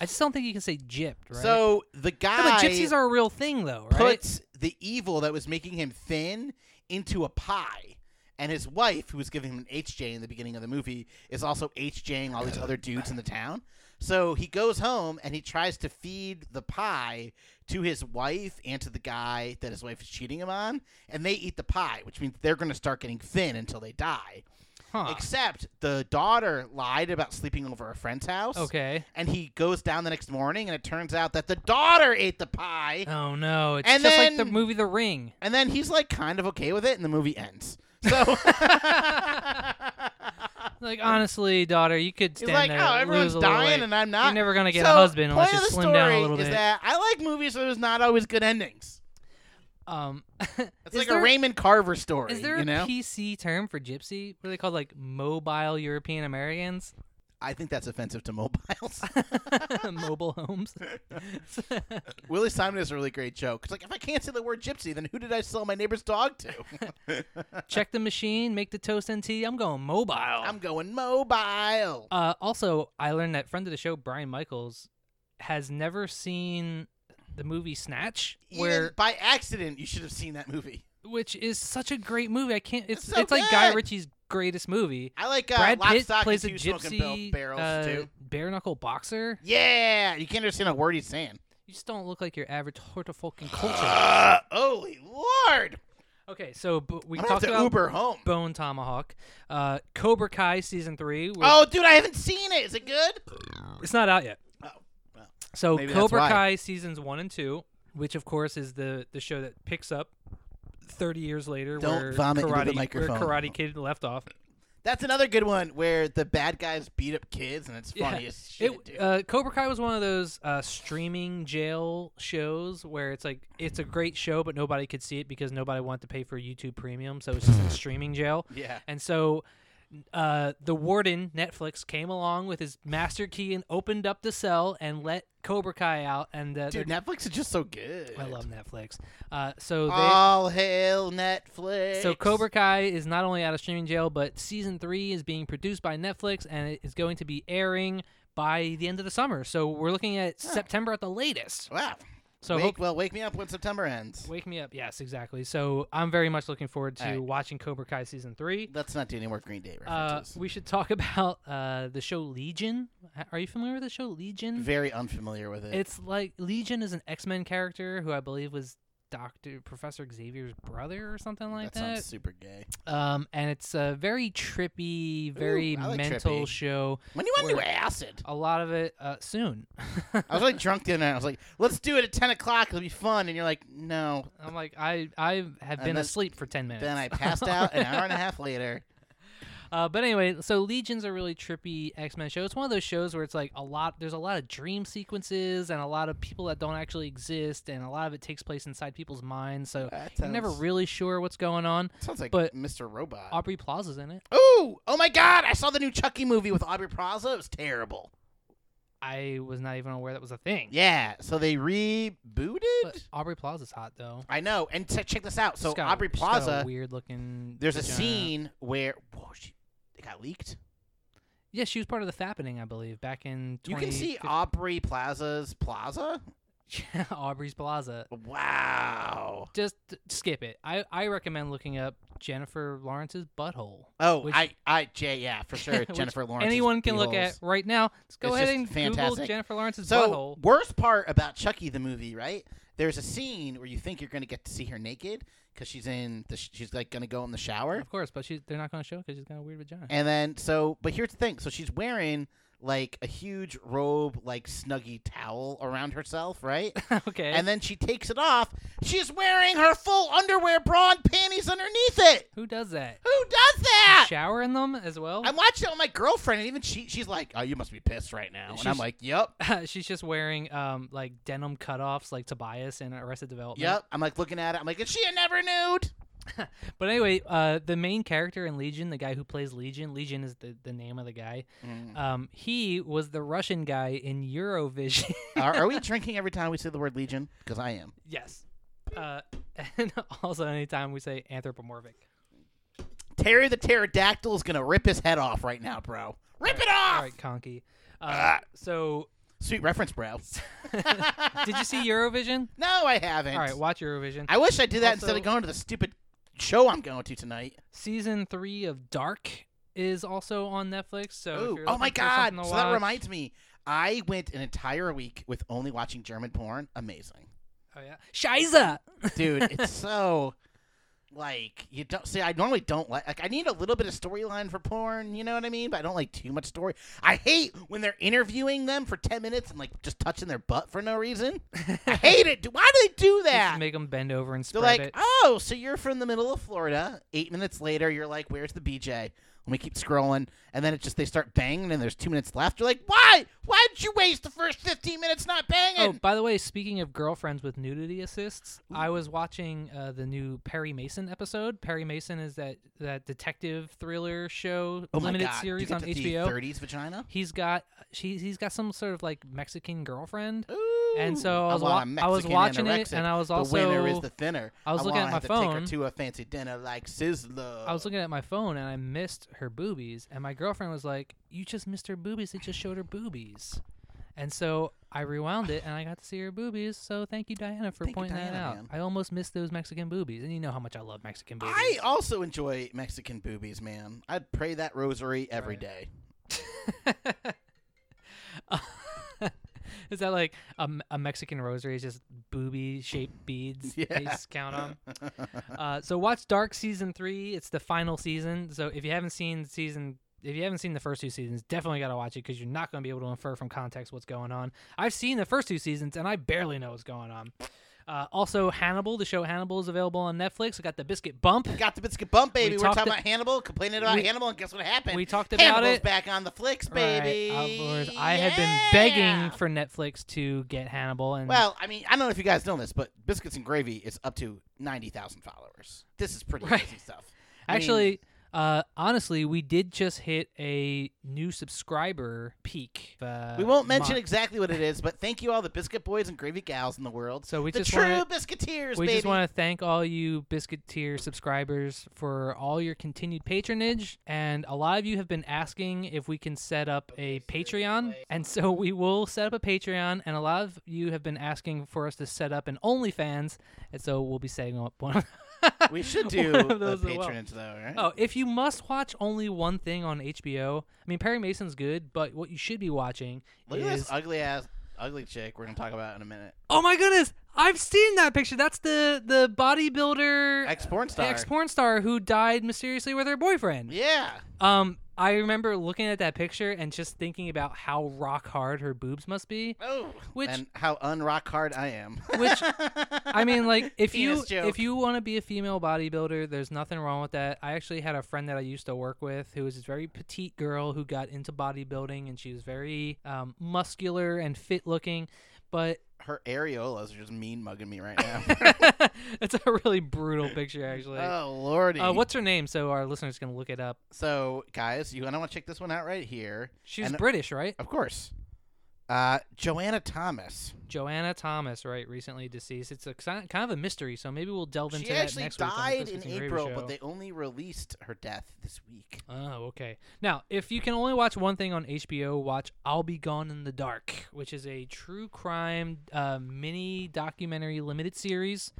Speaker 2: I just don't think you can say gypped, right?
Speaker 3: So the
Speaker 2: No,
Speaker 3: guy
Speaker 2: but gypsies are a real thing, though, right?
Speaker 3: puts the evil that was making him thin into a pie. And his wife, who was giving him an HJ in the beginning of the movie, is also HJing all these other dudes in the town. So he goes home and he tries to feed the pie to his wife and to the guy that his wife is cheating him on. And they eat the pie, which means they're going to start getting thin until they die.
Speaker 2: Huh.
Speaker 3: Except the daughter lied about sleeping over a friend's house.
Speaker 2: okay.
Speaker 3: And he goes down the next morning, and it turns out that the daughter ate the pie.
Speaker 2: Oh no! It's
Speaker 3: And
Speaker 2: just like the
Speaker 3: then-
Speaker 2: movie The Ring.
Speaker 3: And then he's like kind of okay with it, and the movie ends.
Speaker 2: (laughs)
Speaker 3: So
Speaker 2: Like honestly, daughter, you could
Speaker 3: he's
Speaker 2: stand
Speaker 3: like,
Speaker 2: there.
Speaker 3: "Oh,
Speaker 2: lose
Speaker 3: everyone's
Speaker 2: a little
Speaker 3: dying,
Speaker 2: weight.
Speaker 3: and I'm not."
Speaker 2: You're never gonna get
Speaker 3: So,
Speaker 2: a husband unless
Speaker 3: point
Speaker 2: you
Speaker 3: of the
Speaker 2: slim down a
Speaker 3: story
Speaker 2: little
Speaker 3: is
Speaker 2: bit.
Speaker 3: that I like movies where there's not always good endings.
Speaker 2: um,
Speaker 3: It's
Speaker 2: is
Speaker 3: like
Speaker 2: there-
Speaker 3: a Raymond Carver story.
Speaker 2: Is there
Speaker 3: you
Speaker 2: a
Speaker 3: know?
Speaker 2: PC term for gypsy? What are they called? Like mobile European Americans? (laughs)
Speaker 3: I think that's offensive to mobiles.
Speaker 2: Mobile homes.
Speaker 3: (laughs)
Speaker 2: (laughs)
Speaker 3: Willie Simon is a really great joke. It's like if I can't say the word gypsy, then who did I sell my neighbor's dog
Speaker 2: (laughs)
Speaker 3: to? (laughs)
Speaker 2: Check the machine, make the toast and tea. I'm going mobile.
Speaker 3: I'm going mobile.
Speaker 2: Oh. Uh, also, I learned that friend of the show Brian Michaels has never seen the movie Snatch,
Speaker 3: Even
Speaker 2: where
Speaker 3: by accident, you should have seen that movie.
Speaker 2: which is such a great movie. I can't. It's
Speaker 3: It's so
Speaker 2: it's like Guy
Speaker 3: good.
Speaker 2: Ritchie's greatest movie.
Speaker 3: I like uh,
Speaker 2: Brad Pitt
Speaker 3: livestock
Speaker 2: plays a
Speaker 3: and two smoking
Speaker 2: gypsy
Speaker 3: bel- barrels
Speaker 2: uh,
Speaker 3: too.
Speaker 2: bare knuckle boxer.
Speaker 3: Yeah, you can't understand a word he's saying.
Speaker 2: You just don't look like your average
Speaker 3: (sighs)
Speaker 2: hortifucking culture.
Speaker 3: Uh, holy lord!
Speaker 2: okay, so b- we
Speaker 3: I'm gonna have
Speaker 2: talked
Speaker 3: to
Speaker 2: about
Speaker 3: Uber home.
Speaker 2: Bone Tomahawk, uh, Cobra Kai season three. which-
Speaker 3: Oh, dude, I haven't seen it. Is it good?
Speaker 2: It's not out yet.
Speaker 3: Oh, well,
Speaker 2: So
Speaker 3: maybe that's
Speaker 2: Cobra
Speaker 3: why.
Speaker 2: Kai seasons one and two, which of course is the the show that picks up thirty years later,
Speaker 3: Don't
Speaker 2: where
Speaker 3: vomit into the
Speaker 2: karate
Speaker 3: microphone.
Speaker 2: where Karate Kid left off.
Speaker 3: That's another good one where the bad guys beat up kids, and it's funny
Speaker 2: Yeah.
Speaker 3: as shit.
Speaker 2: It-
Speaker 3: dude.
Speaker 2: uh, Cobra Kai was one of those uh, streaming jail shows where it's like it's a great show, but nobody could see it because nobody wanted to pay for YouTube Premium, so it's just
Speaker 3: (laughs)
Speaker 2: in streaming jail.
Speaker 3: Yeah.
Speaker 2: and so. Uh, the warden Netflix came along with his master key and opened up the cell and let Cobra Kai out. And uh,
Speaker 3: dude, Netflix is just so good.
Speaker 2: I love Netflix. Uh, so they,
Speaker 3: All hail Netflix.
Speaker 2: so Cobra Kai is not only out of streaming jail, but season three is being produced by Netflix and it is going to be airing by the end of the summer. So we're looking at September at the latest.
Speaker 3: Wow.
Speaker 2: So
Speaker 3: wake,
Speaker 2: hope-
Speaker 3: well, wake me up when September ends.
Speaker 2: Wake me up. Yes, exactly. So I'm very much looking forward to
Speaker 3: All right.
Speaker 2: watching Cobra Kai season three.
Speaker 3: Let's not do any more Green Day
Speaker 2: Uh,
Speaker 3: references.
Speaker 2: we should talk (laughs) about uh, the show Legion. H- Are you familiar with the show Legion?
Speaker 3: Very unfamiliar with it.
Speaker 2: It's like Legion is an X Men character who I believe was Doctor Professor Xavier's brother or something like
Speaker 3: that sounds super gay.
Speaker 2: Um, and it's a very trippy, very
Speaker 3: I like
Speaker 2: mental
Speaker 3: trippy.
Speaker 2: show.
Speaker 3: When you want to do
Speaker 2: Word.
Speaker 3: acid?
Speaker 2: A lot of it uh, soon. (laughs)
Speaker 3: I was like drunk the other night. I was like, let's do it at 10 o'clock. It'll be fun. And you're like, no.
Speaker 2: I'm like, I I have been
Speaker 3: then-
Speaker 2: asleep for ten minutes.
Speaker 3: Then I passed out an hour and a
Speaker 2: (laughs)
Speaker 3: half later.
Speaker 2: Uh, but anyway, so Legion's a really trippy X Men show. It's one of those shows where it's like a lot. There's a lot of dream sequences and a lot of people that don't actually exist, and a lot of it takes place inside people's minds. So
Speaker 3: That
Speaker 2: you're never
Speaker 3: sounds-
Speaker 2: really sure what's going on.
Speaker 3: Sounds like
Speaker 2: But-
Speaker 3: Mr. Robot.
Speaker 2: Aubrey Plaza's in it.
Speaker 3: oh, oh my God. I saw the new Chucky movie with Aubrey Plaza. It was terrible.
Speaker 2: I was not even aware that was a thing.
Speaker 3: Yeah. So they rebooted?
Speaker 2: But Aubrey Plaza's hot though.
Speaker 3: I know. And t- check this out. So
Speaker 2: She's got a-
Speaker 3: Aubrey
Speaker 2: she's got a
Speaker 3: Plaza,
Speaker 2: weird looking.
Speaker 3: there's a
Speaker 2: vagina.
Speaker 3: scene where, whoa, she, it got leaked.
Speaker 2: Yeah, she was part of the Fappening, I believe, back in. 20-
Speaker 3: You can see Aubrey Plaza's plaza.
Speaker 2: (laughs) Aubrey's Plaza.
Speaker 3: Wow.
Speaker 2: Just skip it. I, I recommend looking up Jennifer Lawrence's butthole.
Speaker 3: Oh,
Speaker 2: Which-
Speaker 3: I, I, Jay, yeah, for
Speaker 2: (laughs)
Speaker 3: sure.
Speaker 2: which
Speaker 3: Jennifer Lawrence.
Speaker 2: Anyone can look at right now. Let's go
Speaker 3: It's
Speaker 2: ahead
Speaker 3: just
Speaker 2: and Google
Speaker 3: fantastic.
Speaker 2: Jennifer Lawrence's
Speaker 3: So,
Speaker 2: butthole.
Speaker 3: worst part about Chucky the movie, right? There's a scene where you think you're going to get to see her naked because she's in the sh- she's like going to go in the shower,
Speaker 2: Of course, but she, they're not going to show it because she's got a weird vagina.
Speaker 3: and then so. But here's the thing: so she's wearing like a huge robe, like snuggy towel around herself, right?
Speaker 2: (laughs) okay.
Speaker 3: and then she takes it off. She's wearing her full underwear, bra, and panties underneath it.
Speaker 2: Who does
Speaker 3: (laughs)
Speaker 2: that?
Speaker 3: Who does that?
Speaker 2: Shower in them as well?
Speaker 3: I'm watching it with my girlfriend, and even she, she's like, "Oh, you must be pissed right now." And I'm
Speaker 2: She's-
Speaker 3: like, "Yep,
Speaker 2: (laughs) (laughs) She's just wearing um like denim cutoffs like Tobias in Arrested Development.
Speaker 3: yep." I'm like looking at it. I'm like, "Is she a never nude?"
Speaker 2: But anyway, uh, the main character in Legion, the guy who plays Legion, Legion is the, the name of the guy.
Speaker 3: Mm.
Speaker 2: Um, he was the Russian guy in Eurovision. (laughs)
Speaker 3: are, are we drinking every time we say the word legion? Because I am.
Speaker 2: yes. Uh, (laughs) and also, anytime we say anthropomorphic.
Speaker 3: Terry the pterodactyl is gonna rip his head off right now, bro. Rip it off!
Speaker 2: All right, Conky. Uh,
Speaker 3: Ah.
Speaker 2: so,
Speaker 3: Sweet
Speaker 2: (laughs)
Speaker 3: reference, bro.
Speaker 2: did you see Eurovision?
Speaker 3: No, I haven't.
Speaker 2: All right, watch Eurovision.
Speaker 3: I wish I did that instead
Speaker 2: Also-
Speaker 3: of going to the stupid show I'm going to tonight.
Speaker 2: Season three of Dark is also on Netflix. So, if
Speaker 3: Ooh.
Speaker 2: you're
Speaker 3: Oh my
Speaker 2: looking for something
Speaker 3: god!
Speaker 2: to
Speaker 3: So that
Speaker 2: watch-
Speaker 3: reminds me, I went an entire week with only watching German porn. Amazing,
Speaker 2: Oh yeah, Shiza. (laughs)
Speaker 3: dude. it's so. Like you don't see, I normally don't like. Like I need a little bit of storyline for porn, you know what I mean? But I don't like too much story. I hate when they're interviewing them for ten minutes and like just touching their butt for no reason.
Speaker 2: (laughs)
Speaker 3: I hate it. Do- Why do they do that?
Speaker 2: Just make them bend over and
Speaker 3: They're
Speaker 2: spread
Speaker 3: like,
Speaker 2: it.
Speaker 3: oh, so you're from the middle of Florida. Eight minutes later, you're like, where's the BJ? Let me keep scrolling, and then it's just they start banging, and there's two minutes left. You're like, why? Why did you waste the first fifteen minutes not
Speaker 2: Oh,
Speaker 3: banging?
Speaker 2: by the way, speaking of girlfriends with nudity assists, I was watching uh, the new Perry Mason episode. Perry Mason is that that detective thriller show
Speaker 3: Oh my
Speaker 2: limited
Speaker 3: God. Do you
Speaker 2: series
Speaker 3: get
Speaker 2: on
Speaker 3: to see
Speaker 2: HBO.
Speaker 3: 30s vagina.
Speaker 2: He's got she he's got some sort of like Mexican girlfriend.
Speaker 3: Ooh,
Speaker 2: And so I was
Speaker 3: want
Speaker 2: wa-
Speaker 3: a
Speaker 2: I was
Speaker 3: Mexican
Speaker 2: watching it,
Speaker 3: anorexic.
Speaker 2: and I was
Speaker 3: the winner is
Speaker 2: also-
Speaker 3: the thinner.
Speaker 2: I was looking
Speaker 3: wanna
Speaker 2: at
Speaker 3: have
Speaker 2: my
Speaker 3: to Take her
Speaker 2: phone.
Speaker 3: to a fancy dinner like Sizzler.
Speaker 2: I was looking at my phone and I missed her boobies, and my girlfriend was like, "You just missed her boobies. They just showed her boobies." And so I rewound it, and I got to see her boobies. So thank you, Diana, for
Speaker 3: Thank you,
Speaker 2: pointing that
Speaker 3: Diana,
Speaker 2: out.
Speaker 3: man.
Speaker 2: I almost missed those Mexican boobies, and you know how much I love Mexican boobies.
Speaker 3: I also enjoy Mexican boobies, man. I'd pray that rosary every
Speaker 2: Right.
Speaker 3: day.
Speaker 2: (laughs) is that like a, M- a Mexican rosary? Is just booby shaped beads?
Speaker 3: (laughs) Yeah.
Speaker 2: They just count them. uh, so watch Dark season three. It's the final season. So if you haven't seen season, if you haven't seen the first two seasons, definitely got to watch it because you're not going to be able to infer from context what's going on. I've seen the first two seasons and I barely know what's going on. Uh, also, Hannibal, the show Hannibal, is available on Netflix. We got the biscuit bump.
Speaker 3: Got the biscuit bump, baby.
Speaker 2: We
Speaker 3: We are
Speaker 2: talked
Speaker 3: talking
Speaker 2: a-
Speaker 3: about Hannibal, complaining about
Speaker 2: we-
Speaker 3: Hannibal, and guess what happened?
Speaker 2: we talked about
Speaker 3: Hannibal's
Speaker 2: it.
Speaker 3: back on the flicks,
Speaker 2: Right,
Speaker 3: baby.
Speaker 2: of course. I
Speaker 3: yeah.
Speaker 2: had been begging for Netflix to get Hannibal, and
Speaker 3: Well, I mean, I don't know if you guys know this, but Biscuits and Gravy is up to ninety thousand followers. This is pretty
Speaker 2: Right.
Speaker 3: crazy stuff. I mean,
Speaker 2: Actually, uh, honestly, we did just hit a new subscriber peak. Uh,
Speaker 3: we won't mention
Speaker 2: mon-
Speaker 3: exactly what it is, but thank you all the biscuit boys and gravy gals in the world.
Speaker 2: So we
Speaker 3: the
Speaker 2: just
Speaker 3: true
Speaker 2: wanna-
Speaker 3: biscuiteers,
Speaker 2: We
Speaker 3: baby.
Speaker 2: just want to thank all you biscuit tier subscribers for all your continued patronage, and a lot of you have been asking if we can set up a Patreon, and so we will set up a Patreon. And a lot of you have been asking for us to set up an OnlyFans, and so we'll be setting up one. of- (laughs)
Speaker 3: we should do
Speaker 2: one of
Speaker 3: the
Speaker 2: those as well.
Speaker 3: patronage though, right?
Speaker 2: Oh, if you must watch only one thing on HBO, I mean Perry Mason's good, but what you should be watching
Speaker 3: Look at
Speaker 2: is
Speaker 3: this ugly ass, ugly chick. We're gonna talk about in a minute.
Speaker 2: Oh my goodness, I've seen that picture. That's the the bodybuilder
Speaker 3: Ex porn star.
Speaker 2: ex porn star who died mysteriously with her boyfriend.
Speaker 3: Yeah.
Speaker 2: Um, I remember looking at that picture and just thinking about how rock hard her boobs must be.
Speaker 3: Oh.
Speaker 2: Which-
Speaker 3: and how unrock hard I am. (laughs)
Speaker 2: Which I mean, like if you
Speaker 3: Penis joke.
Speaker 2: if you want to be a female bodybuilder, there's nothing wrong with that. I actually had a friend that I used to work with who was this very petite girl who got into bodybuilding, and she was very um, muscular and fit looking, but (laughs)
Speaker 3: her areolas are just mean mugging me right now.
Speaker 2: it's a really brutal picture actually.
Speaker 3: oh lordy.
Speaker 2: Uh, what's her name? So our listeners can look it up.
Speaker 3: so guys, you and I want to check this one out right here.
Speaker 2: She's
Speaker 3: And-
Speaker 2: British, right?
Speaker 3: Of course. Uh, Joanna Thomas.
Speaker 2: Joanna Thomas, right? Recently deceased. It's a si- kind of a mystery, so maybe we'll delve into
Speaker 3: she
Speaker 2: that
Speaker 3: actually
Speaker 2: next
Speaker 3: died
Speaker 2: week on the
Speaker 3: in
Speaker 2: Biscuits and Gravy
Speaker 3: April, but
Speaker 2: Show.
Speaker 3: they only released her death this week.
Speaker 2: Oh, okay. Now, if you can only watch one thing on HBO, watch I'll Be Gone in the Dark, which is a true crime uh, mini documentary limited series.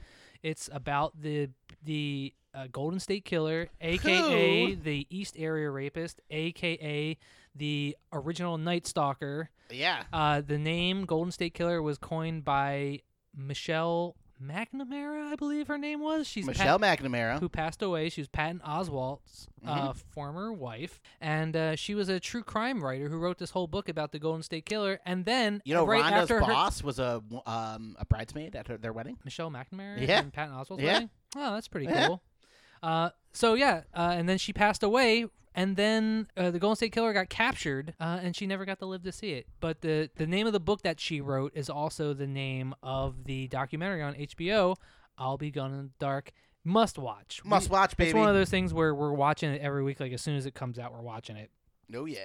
Speaker 2: It's about the the uh, Golden State Killer, aka
Speaker 3: Who?
Speaker 2: the East Area Rapist, aka the original Night Stalker.
Speaker 3: Yeah.
Speaker 2: Uh, the name Golden State Killer was coined by Michelle McNamara, I believe her name was. She's Pat-
Speaker 3: Michelle McNamara.
Speaker 2: who passed away. She was Patton Oswalt's uh,
Speaker 3: Mm-hmm.
Speaker 2: former wife, and uh, she was a true crime writer who wrote this whole book about the Golden State Killer. And then,
Speaker 3: you know,
Speaker 2: right
Speaker 3: Rhonda's
Speaker 2: after her,
Speaker 3: boss was a um a bridesmaid at her, their wedding.
Speaker 2: Michelle McNamara
Speaker 3: Yeah.
Speaker 2: and Patton Oswalt's
Speaker 3: Yeah.
Speaker 2: wedding? Oh, that's pretty
Speaker 3: Yeah.
Speaker 2: cool. Uh, so yeah, uh, and then she passed away, and then uh, the Golden State Killer got captured, uh, and she never got to live to see it. But the the name of the book that she wrote is also the name of the documentary on HBO. I'll be gone in the dark. Must watch. We-
Speaker 3: Must watch, baby.
Speaker 2: It's one of those things where we're watching it every week. Like as soon as it comes out, we're watching it.
Speaker 3: Oh yeah.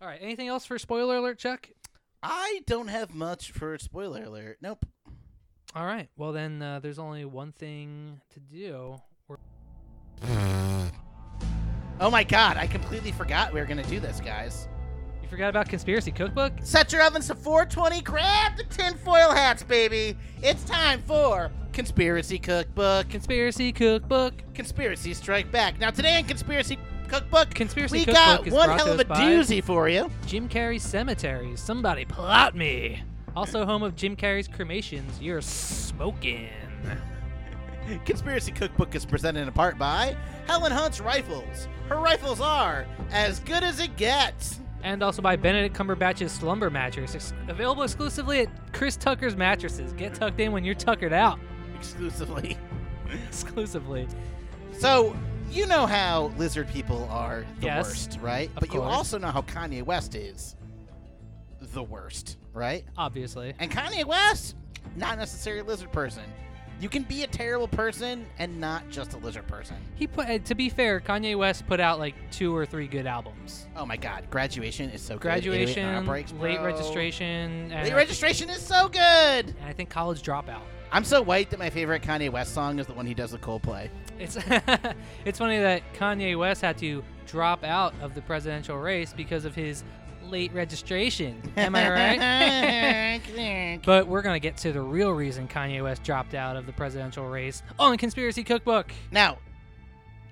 Speaker 2: All right. Anything else for spoiler alert, Chuck?
Speaker 3: I don't have much for spoiler alert. Nope.
Speaker 2: All right. Well, then uh, there's only one thing to do. We're-
Speaker 3: Oh my god, I completely forgot we were gonna do this, guys.
Speaker 2: You forgot about conspiracy cookbook.
Speaker 3: Set your ovens to 420. Grab the tinfoil hats, baby. It's time for Conspiracy Cookbook. Cons-
Speaker 2: Conspiracy cookbook.
Speaker 3: Conspiracy Strike Back. Now, today in Conspiracy Cookbook,
Speaker 2: Conspiracy
Speaker 3: we
Speaker 2: Cookbook
Speaker 3: got
Speaker 2: is
Speaker 3: one
Speaker 2: brought
Speaker 3: hell
Speaker 2: to
Speaker 3: of
Speaker 2: us
Speaker 3: a
Speaker 2: by-
Speaker 3: doozy for you.
Speaker 2: Jim Carrey cemeteries. Somebody plot me. Also home of Jim Carrey's cremations. You're smoking.
Speaker 3: Conspiracy Cookbook is presented in part by Helen Hunt's Rifles. Her rifles are as good as it gets. (laughs)
Speaker 2: And also by Benedict Cumberbatch's Slumber Mattress. Ex- available exclusively at Chris Tucker's Mattresses. Get tucked (laughs) in when you're tuckered out.
Speaker 3: Exclusively.
Speaker 2: Exclusively.
Speaker 3: So, you know how lizard people are the
Speaker 2: Yes,
Speaker 3: worst, right?
Speaker 2: of
Speaker 3: but you
Speaker 2: course.
Speaker 3: also know how Kanye West is the worst, right?
Speaker 2: Obviously.
Speaker 3: And Kanye West, not necessarily a lizard person. You can be a terrible person and not just a lizard person.
Speaker 2: He put. uh, To be fair, Kanye West put out like two or three good albums.
Speaker 3: Oh my God, graduation is so good. Alien
Speaker 2: Graduation,
Speaker 3: Outbreaks,
Speaker 2: late
Speaker 3: bro.
Speaker 2: registration, and,
Speaker 3: Late registration is so good.
Speaker 2: and I think college dropout.
Speaker 3: I'm so white that my favorite Kanye West song is the one he does with Coldplay.
Speaker 2: It's (laughs) it's funny that Kanye West had to drop out of the presidential race because of his late registration. Am I
Speaker 3: (laughs)
Speaker 2: right? (laughs)
Speaker 3: right?
Speaker 2: but we're gonna get to the real reason Kanye West dropped out of the presidential race on Conspiracy Cookbook.
Speaker 3: now,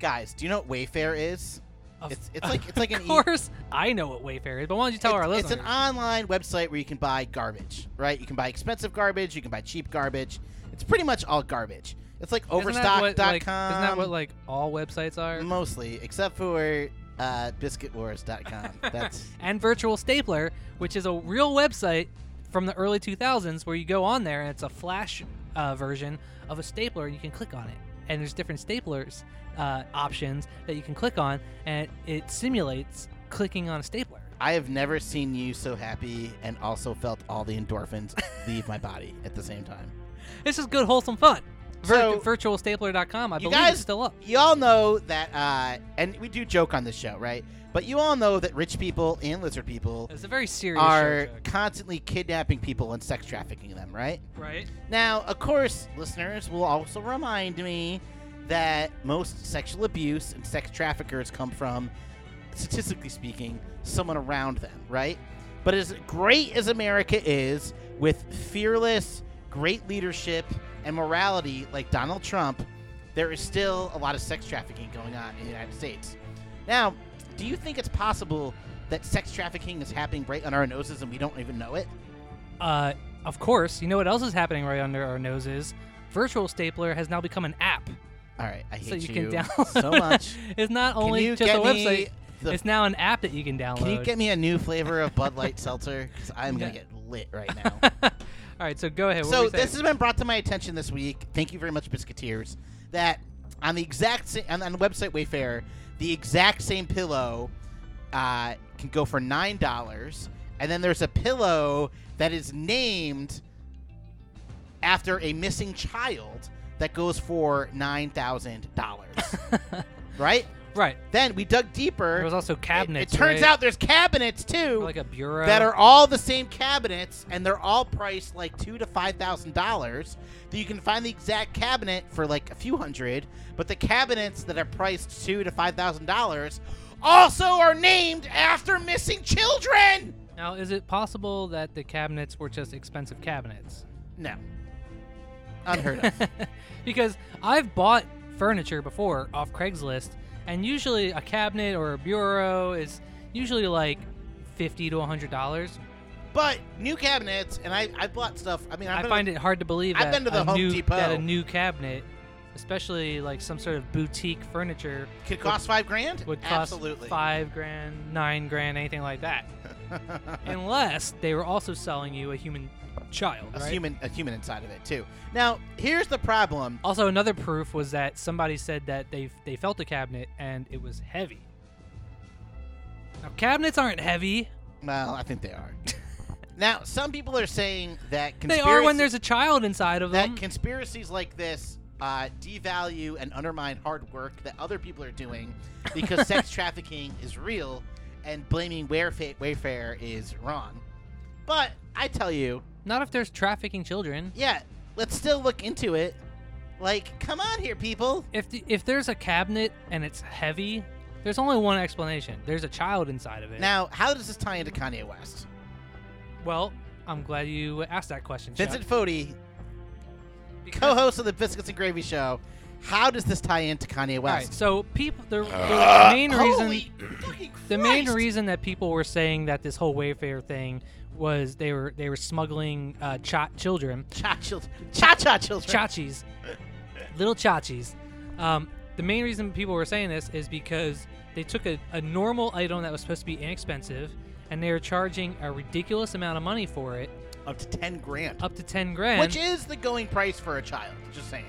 Speaker 3: guys, do you know what Wayfair is?
Speaker 2: Of-
Speaker 3: It's- it's like- it's like an
Speaker 2: (laughs) of
Speaker 3: e-
Speaker 2: course I know what Wayfair is, but why don't you tell
Speaker 3: it's,
Speaker 2: our
Speaker 3: it's
Speaker 2: listeners?
Speaker 3: an online website where you can buy garbage, right? You can buy expensive garbage, you can buy cheap garbage. It's pretty much all garbage. It's like
Speaker 2: Isn't that
Speaker 3: overstock.com.
Speaker 2: what, like- Isn't that what like all websites are?
Speaker 3: mostly, except for uh,
Speaker 2: (laughs)
Speaker 3: biscuitwars.com. That's
Speaker 2: and Virtual Stapler, which is a real website from the early 2000s where you go on there and it's a flash uh, version of a stapler and you can click on it. And there's different staplers uh, options that you can click on, and it, it simulates clicking on a stapler.
Speaker 3: I have never seen you so happy and also felt all the endorphins
Speaker 2: (laughs)
Speaker 3: leave my body at the same time.
Speaker 2: It's just good, wholesome fun.
Speaker 3: So-
Speaker 2: Vir- virtualstapler.com, I
Speaker 3: you
Speaker 2: believe
Speaker 3: guys-
Speaker 2: it's still up.
Speaker 3: You all know that, uh, and we do joke on this show, right? But you all know that rich people and lizard people
Speaker 2: It's a very serious
Speaker 3: are
Speaker 2: show, Jack.
Speaker 3: constantly kidnapping people and sex trafficking them, right?
Speaker 2: right?
Speaker 3: Now, of course, listeners will also remind me that most sexual abuse and sex traffickers come from, statistically speaking, someone around them, right? But as great as America is, with fearless, great leadership and morality like Donald Trump, there is still a lot of sex trafficking going on in the United States. Now, do you think it's possible that sex trafficking is happening right on our noses and we don't even know it?
Speaker 2: Uh, of course, you know what else is happening right under our noses? Virtual Stapler has now become an app.
Speaker 3: All right, I hate
Speaker 2: so you, can download
Speaker 3: so much.
Speaker 2: (laughs) it's not
Speaker 3: Can
Speaker 2: only
Speaker 3: you
Speaker 2: just a
Speaker 3: get me
Speaker 2: website.
Speaker 3: the-
Speaker 2: it's now an app that you can download.
Speaker 3: Can you get me
Speaker 2: (laughs)
Speaker 3: a new flavor of Bud Light Seltzer? Because I'm gonna
Speaker 2: Yeah.
Speaker 3: get lit
Speaker 2: (laughs)
Speaker 3: right now.
Speaker 2: All right, so go ahead. What
Speaker 3: so
Speaker 2: were we saying?
Speaker 3: this has been brought to my attention this week. Thank you very much, Biscuiteers. That on the exact same on, on the website Wayfair, the exact same pillow uh, can go for nine dollars, and then there's a pillow that is named after a missing child that goes for nine thousand
Speaker 2: (laughs)
Speaker 3: dollars. right?
Speaker 2: right.
Speaker 3: Then we dug deeper.
Speaker 2: There was also cabinets.
Speaker 3: It, it turns
Speaker 2: right?
Speaker 3: out there's cabinets too
Speaker 2: Or like a bureau
Speaker 3: that are all the same cabinets and they're all priced like two to five thousand dollars that you can find the exact cabinet for like a few hundred but the cabinets that are priced two to five thousand dollars also are named after missing children
Speaker 2: Now, is it possible that the cabinets were just expensive cabinets? (laughs)
Speaker 3: no unheard of
Speaker 2: because I've bought furniture before off Craigslist, and usually a cabinet or a bureau is usually like fifty to hundred dollars.
Speaker 3: but new cabinets and i i bought stuff i mean
Speaker 2: I
Speaker 3: I've been-
Speaker 2: find it hard to believe
Speaker 3: I've
Speaker 2: that,
Speaker 3: been to the
Speaker 2: a
Speaker 3: Home
Speaker 2: new,
Speaker 3: Depot.
Speaker 2: that a new cabinet, especially like some sort of boutique furniture,
Speaker 3: could cost five grand
Speaker 2: would cost
Speaker 3: absolutely
Speaker 2: five grand, nine grand, anything like
Speaker 3: (laughs)
Speaker 2: that. Unless they were also selling you a human child.
Speaker 3: a
Speaker 2: right?
Speaker 3: human a human inside of it too now here's the problem
Speaker 2: Also, another proof was that somebody said that they they felt the cabinet and it was heavy. Now, cabinets aren't heavy.
Speaker 3: Well, I think
Speaker 2: (laughs)
Speaker 3: they are. now, some people are saying that
Speaker 2: They
Speaker 3: conspiracy,
Speaker 2: are when there's a child inside of
Speaker 3: that
Speaker 2: them.
Speaker 3: conspiracies like this uh, devalue and undermine hard work that other people are doing
Speaker 2: (laughs)
Speaker 3: because sex trafficking is real and blaming Wayfair, Wayfair is wrong. But I tell you,
Speaker 2: Not if there's trafficking children.
Speaker 3: yeah, let's still look into it. Like, come on here, people.
Speaker 2: If the, if there's a cabinet and it's heavy, there's only one explanation. There's a child inside of it.
Speaker 3: Now, how does this tie into Kanye West?
Speaker 2: well, I'm glad you asked that question. Chuck,
Speaker 3: Vincent Fodi,
Speaker 2: because-
Speaker 3: co-host of the Biscuits and Gravy Show, how does this tie into Kanye
Speaker 2: All right,
Speaker 3: West?
Speaker 2: so people the, the main reason
Speaker 3: Holy fucking
Speaker 2: the main
Speaker 3: Christ.
Speaker 2: reason that people were saying that this whole Wayfair thing was they were they were smuggling uh, chi- children
Speaker 3: Cha children. Cha cha children.
Speaker 2: chachis, little chachis. Um, the main reason people were saying this is because they took a, a normal item that was supposed to be inexpensive, and they were charging a ridiculous amount of money for it,
Speaker 3: Up to 10 grand.
Speaker 2: up to ten grand.
Speaker 3: Which is the going price for a child. Just saying.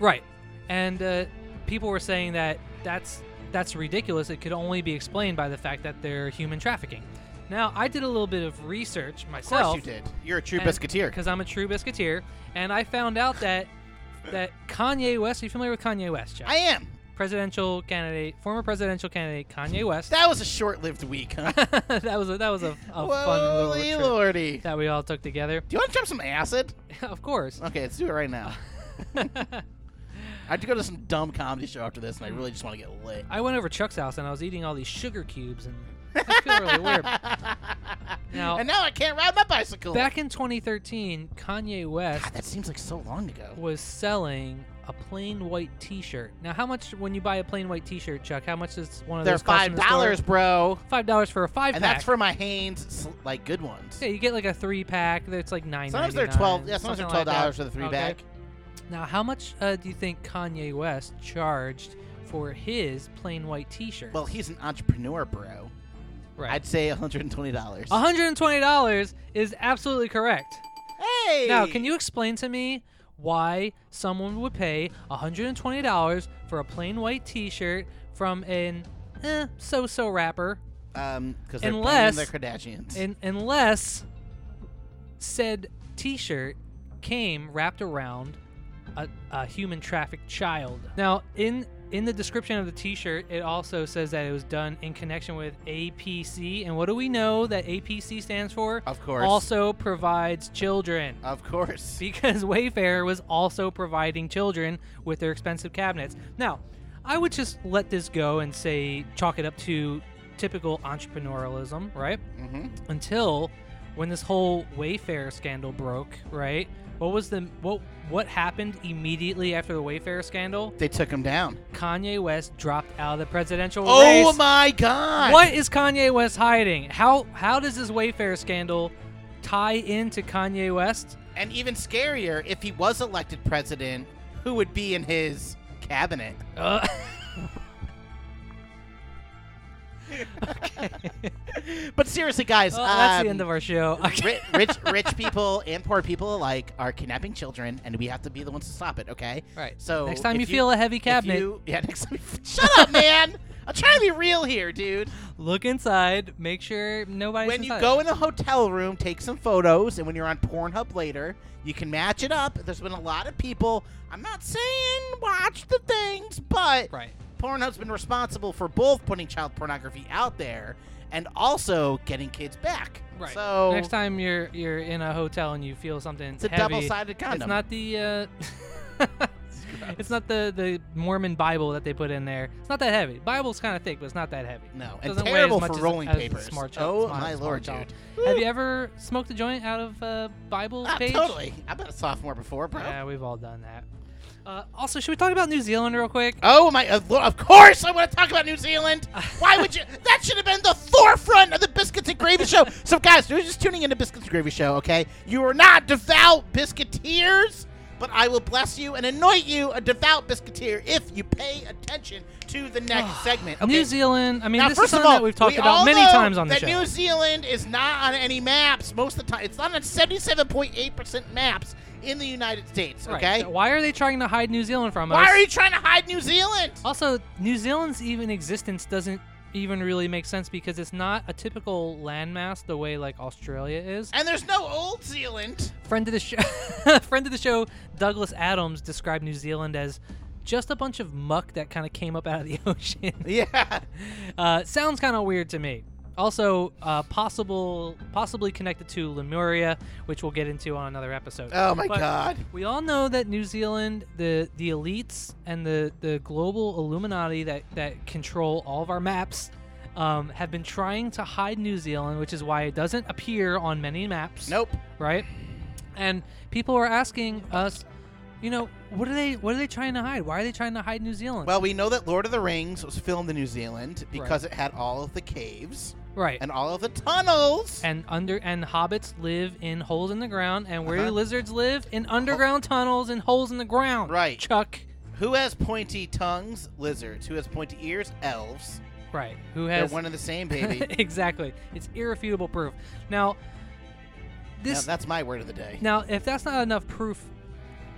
Speaker 2: right, and uh, people were saying that that's that's ridiculous. It could only be explained by the fact that they're human trafficking. Now, I did a little bit of research
Speaker 3: Of course
Speaker 2: myself.
Speaker 3: you did. You're a true biscuiteer.
Speaker 2: Because I'm a true biscuiteer, and I found out that that Kanye West. Are you familiar with Kanye West? Jeff?
Speaker 3: I am.
Speaker 2: presidential candidate, former presidential candidate Kanye West.
Speaker 3: That was a short-lived week, huh?
Speaker 2: (laughs) that was a, that was a, (laughs) a fun little
Speaker 3: Holy
Speaker 2: trip
Speaker 3: lordy.
Speaker 2: that we all took together. (laughs)
Speaker 3: Do you want to jump some acid?
Speaker 2: of course.
Speaker 3: Okay, let's do it right
Speaker 2: (laughs)
Speaker 3: now. (laughs) I have to go to some dumb comedy show after this, and I really just want to get lit.
Speaker 2: I went over to Chuck's house and I was eating all these sugar cubes and I feel really weird. Now,
Speaker 3: and now I can't ride my bicycle.
Speaker 2: back in 2013, Kanye West
Speaker 3: God, that seems like so long ago.
Speaker 2: was selling a plain white T-shirt. Now, how much when you buy a plain white T-shirt, Chuck? How much does one of
Speaker 3: They're
Speaker 2: those cost
Speaker 3: five
Speaker 2: in the store?
Speaker 3: dollars, bro,
Speaker 2: Five dollars for a five
Speaker 3: and
Speaker 2: pack.
Speaker 3: that's for my Hanes sl- like good ones.
Speaker 2: Yeah, you get like a three pack. That's like nine.
Speaker 3: Sometimes they're twelve. Yeah, sometimes they're twelve dollars for the three pack.
Speaker 2: Now, how much uh, do you think Kanye West charged for his plain white T-shirt?
Speaker 3: Well, he's an entrepreneur, bro.
Speaker 2: right.
Speaker 3: I'd say one hundred and twenty dollars.
Speaker 2: One hundred and twenty dollars is absolutely correct.
Speaker 3: Hey,
Speaker 2: Now, can you explain to me why someone would pay one hundred and twenty dollars for a plain white T-shirt from an eh, so-so rapper,
Speaker 3: Um, because they're
Speaker 2: Unless-
Speaker 3: banging the Kardashians.
Speaker 2: in, unless said T-shirt came wrapped around a, a human trafficked child. Now, in in the description of the T-shirt, it also says that it was done in connection with APC. And what do we know that APC stands for?
Speaker 3: Of course.
Speaker 2: also provides children.
Speaker 3: of course.
Speaker 2: Because (laughs) Wayfair was also providing children with their expensive cabinets. Now, I would just let this go and say chalk it up to typical entrepreneurialism, right?
Speaker 3: hmm
Speaker 2: until when this whole Wayfair scandal broke, right? What was the what what happened immediately after the Wayfair scandal?
Speaker 3: They took him down.
Speaker 2: Kanye West dropped out of the presidential
Speaker 3: Oh
Speaker 2: race.
Speaker 3: my god!
Speaker 2: What is Kanye West hiding? How how does this Wayfair scandal tie into Kanye West?
Speaker 3: And even scarier, if he was elected president, who would be in his cabinet? (laughs)
Speaker 2: Uh, (laughs)
Speaker 3: But seriously, guys,
Speaker 2: well, that's
Speaker 3: um,
Speaker 2: the end of our show. (laughs)
Speaker 3: ri- rich, rich people and poor people alike are kidnapping children, and we have to be the ones to stop it. Okay.
Speaker 2: right.
Speaker 3: So
Speaker 2: next time you
Speaker 3: if
Speaker 2: feel a heavy
Speaker 3: if
Speaker 2: cabinet,
Speaker 3: you- yeah. (laughs) Next time, you- shut up, man. I'm trying to be real here, dude.
Speaker 2: look inside. Make sure nobody's
Speaker 3: When you
Speaker 2: inside.
Speaker 3: go in a hotel room, take some photos, and when you're on Pornhub later, you can match it up. There's been a lot of people. I'm not saying watch the things, but
Speaker 2: right.
Speaker 3: Pornhub's been responsible for both putting child pornography out there and also getting kids back.
Speaker 2: Right.
Speaker 3: So
Speaker 2: next time you're you're in a hotel and you feel something
Speaker 3: it's a
Speaker 2: heavy,
Speaker 3: double-sided condom.
Speaker 2: It's not the. Uh, (laughs) it's not the the Mormon Bible that they put in there. It's not that heavy. Bible's kind of thick, but it's not that heavy.
Speaker 3: no,
Speaker 2: It
Speaker 3: and
Speaker 2: doesn't weigh
Speaker 3: terrible
Speaker 2: as much
Speaker 3: for
Speaker 2: as-
Speaker 3: rolling
Speaker 2: as a
Speaker 3: papers.
Speaker 2: Smart jo-
Speaker 3: oh
Speaker 2: smart-
Speaker 3: my
Speaker 2: smart
Speaker 3: lord,
Speaker 2: job.
Speaker 3: dude!
Speaker 2: Have you ever smoked a joint out of a
Speaker 3: (laughs)
Speaker 2: Bible
Speaker 3: Ah,
Speaker 2: page?
Speaker 3: totally. I've been a sophomore before, bro.
Speaker 2: Yeah, we've all done that. Uh, also, should we talk about New Zealand real quick?
Speaker 3: Oh my! Of lo- of course, I want to talk about
Speaker 2: (laughs)
Speaker 3: New Zealand. Why would you? That should have been the forefront of the Biscuits and
Speaker 2: (laughs)
Speaker 3: Gravy Show. So, guys, you're just tuning into Biscuits and Gravy Show, okay? You are not devout biscuiteers, but I will bless you and anoint you a devout biscuiteer if you pay attention to the
Speaker 2: (sighs)
Speaker 3: next segment. Okay?
Speaker 2: New Zealand. I mean,
Speaker 3: now,
Speaker 2: this
Speaker 3: first
Speaker 2: is something
Speaker 3: of all,
Speaker 2: that we've talked
Speaker 3: we
Speaker 2: about
Speaker 3: all
Speaker 2: many
Speaker 3: know
Speaker 2: times on the
Speaker 3: that
Speaker 2: show.
Speaker 3: New Zealand is not on any maps most of the time. It's not on 77.8% maps in the United States,
Speaker 2: Right.
Speaker 3: okay?
Speaker 2: So Why are they trying to hide New Zealand from us?
Speaker 3: Why are you trying to hide New Zealand?
Speaker 2: Also, New Zealand's even existence doesn't even really make sense because it's not a typical landmass the way like Australia is.
Speaker 3: And there's no
Speaker 2: (laughs)
Speaker 3: Old Zealand.
Speaker 2: Friend of the show, friend of the show, Douglas Adams described New Zealand as just a bunch of muck that kind of came up out of the (laughs) ocean.
Speaker 3: Yeah.
Speaker 2: Uh, sounds kind of weird to me. Also, uh, possible, possibly connected to Lemuria, which we'll get into on another episode.
Speaker 3: Oh my
Speaker 2: But-
Speaker 3: god.
Speaker 2: We all know that New Zealand, the the elites and the the global Illuminati that that control all of our maps, um, have been trying to hide New Zealand, which is why it doesn't appear on many maps.
Speaker 3: Nope.
Speaker 2: Right. And people are asking us, you know, what are they what are they trying to hide? Why are they trying to hide New Zealand?
Speaker 3: Well, we know that Lord of the Rings was filmed in New Zealand because it had all of the caves
Speaker 2: right.
Speaker 3: and all of the tunnels.
Speaker 2: and under and hobbits live in holes in the ground, and where
Speaker 3: Uh-huh. Oh.
Speaker 2: do lizards live in underground tunnels and holes in the ground.
Speaker 3: Right.
Speaker 2: Chuck.
Speaker 3: Who has pointy tongues? Lizards. Who has pointy ears? Elves.
Speaker 2: Right. Who
Speaker 3: They're
Speaker 2: has
Speaker 3: one and the same, baby.
Speaker 2: (laughs) exactly. It's irrefutable proof. Now,
Speaker 3: now,
Speaker 2: this
Speaker 3: that's my word of the day.
Speaker 2: now, if that's not enough proof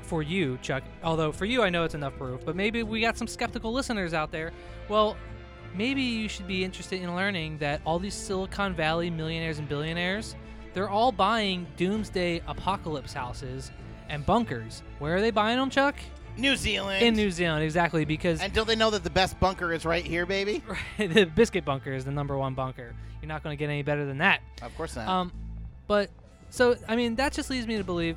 Speaker 2: for you, Chuck, although for you I know it's enough proof, but maybe we got some skeptical listeners out there. Well, maybe you should be interested in learning that all these Silicon Valley millionaires and billionaires, they're all buying doomsday apocalypse houses and bunkers. Where are they buying them, Chuck?
Speaker 3: New Zealand.
Speaker 2: In New Zealand, exactly, because
Speaker 3: and don't they know that the best bunker is right here, baby?
Speaker 2: (laughs) the biscuit bunker is the number one bunker. You're not going to get any better than that.
Speaker 3: Of course not.
Speaker 2: Um, but so I mean that just leads me to believe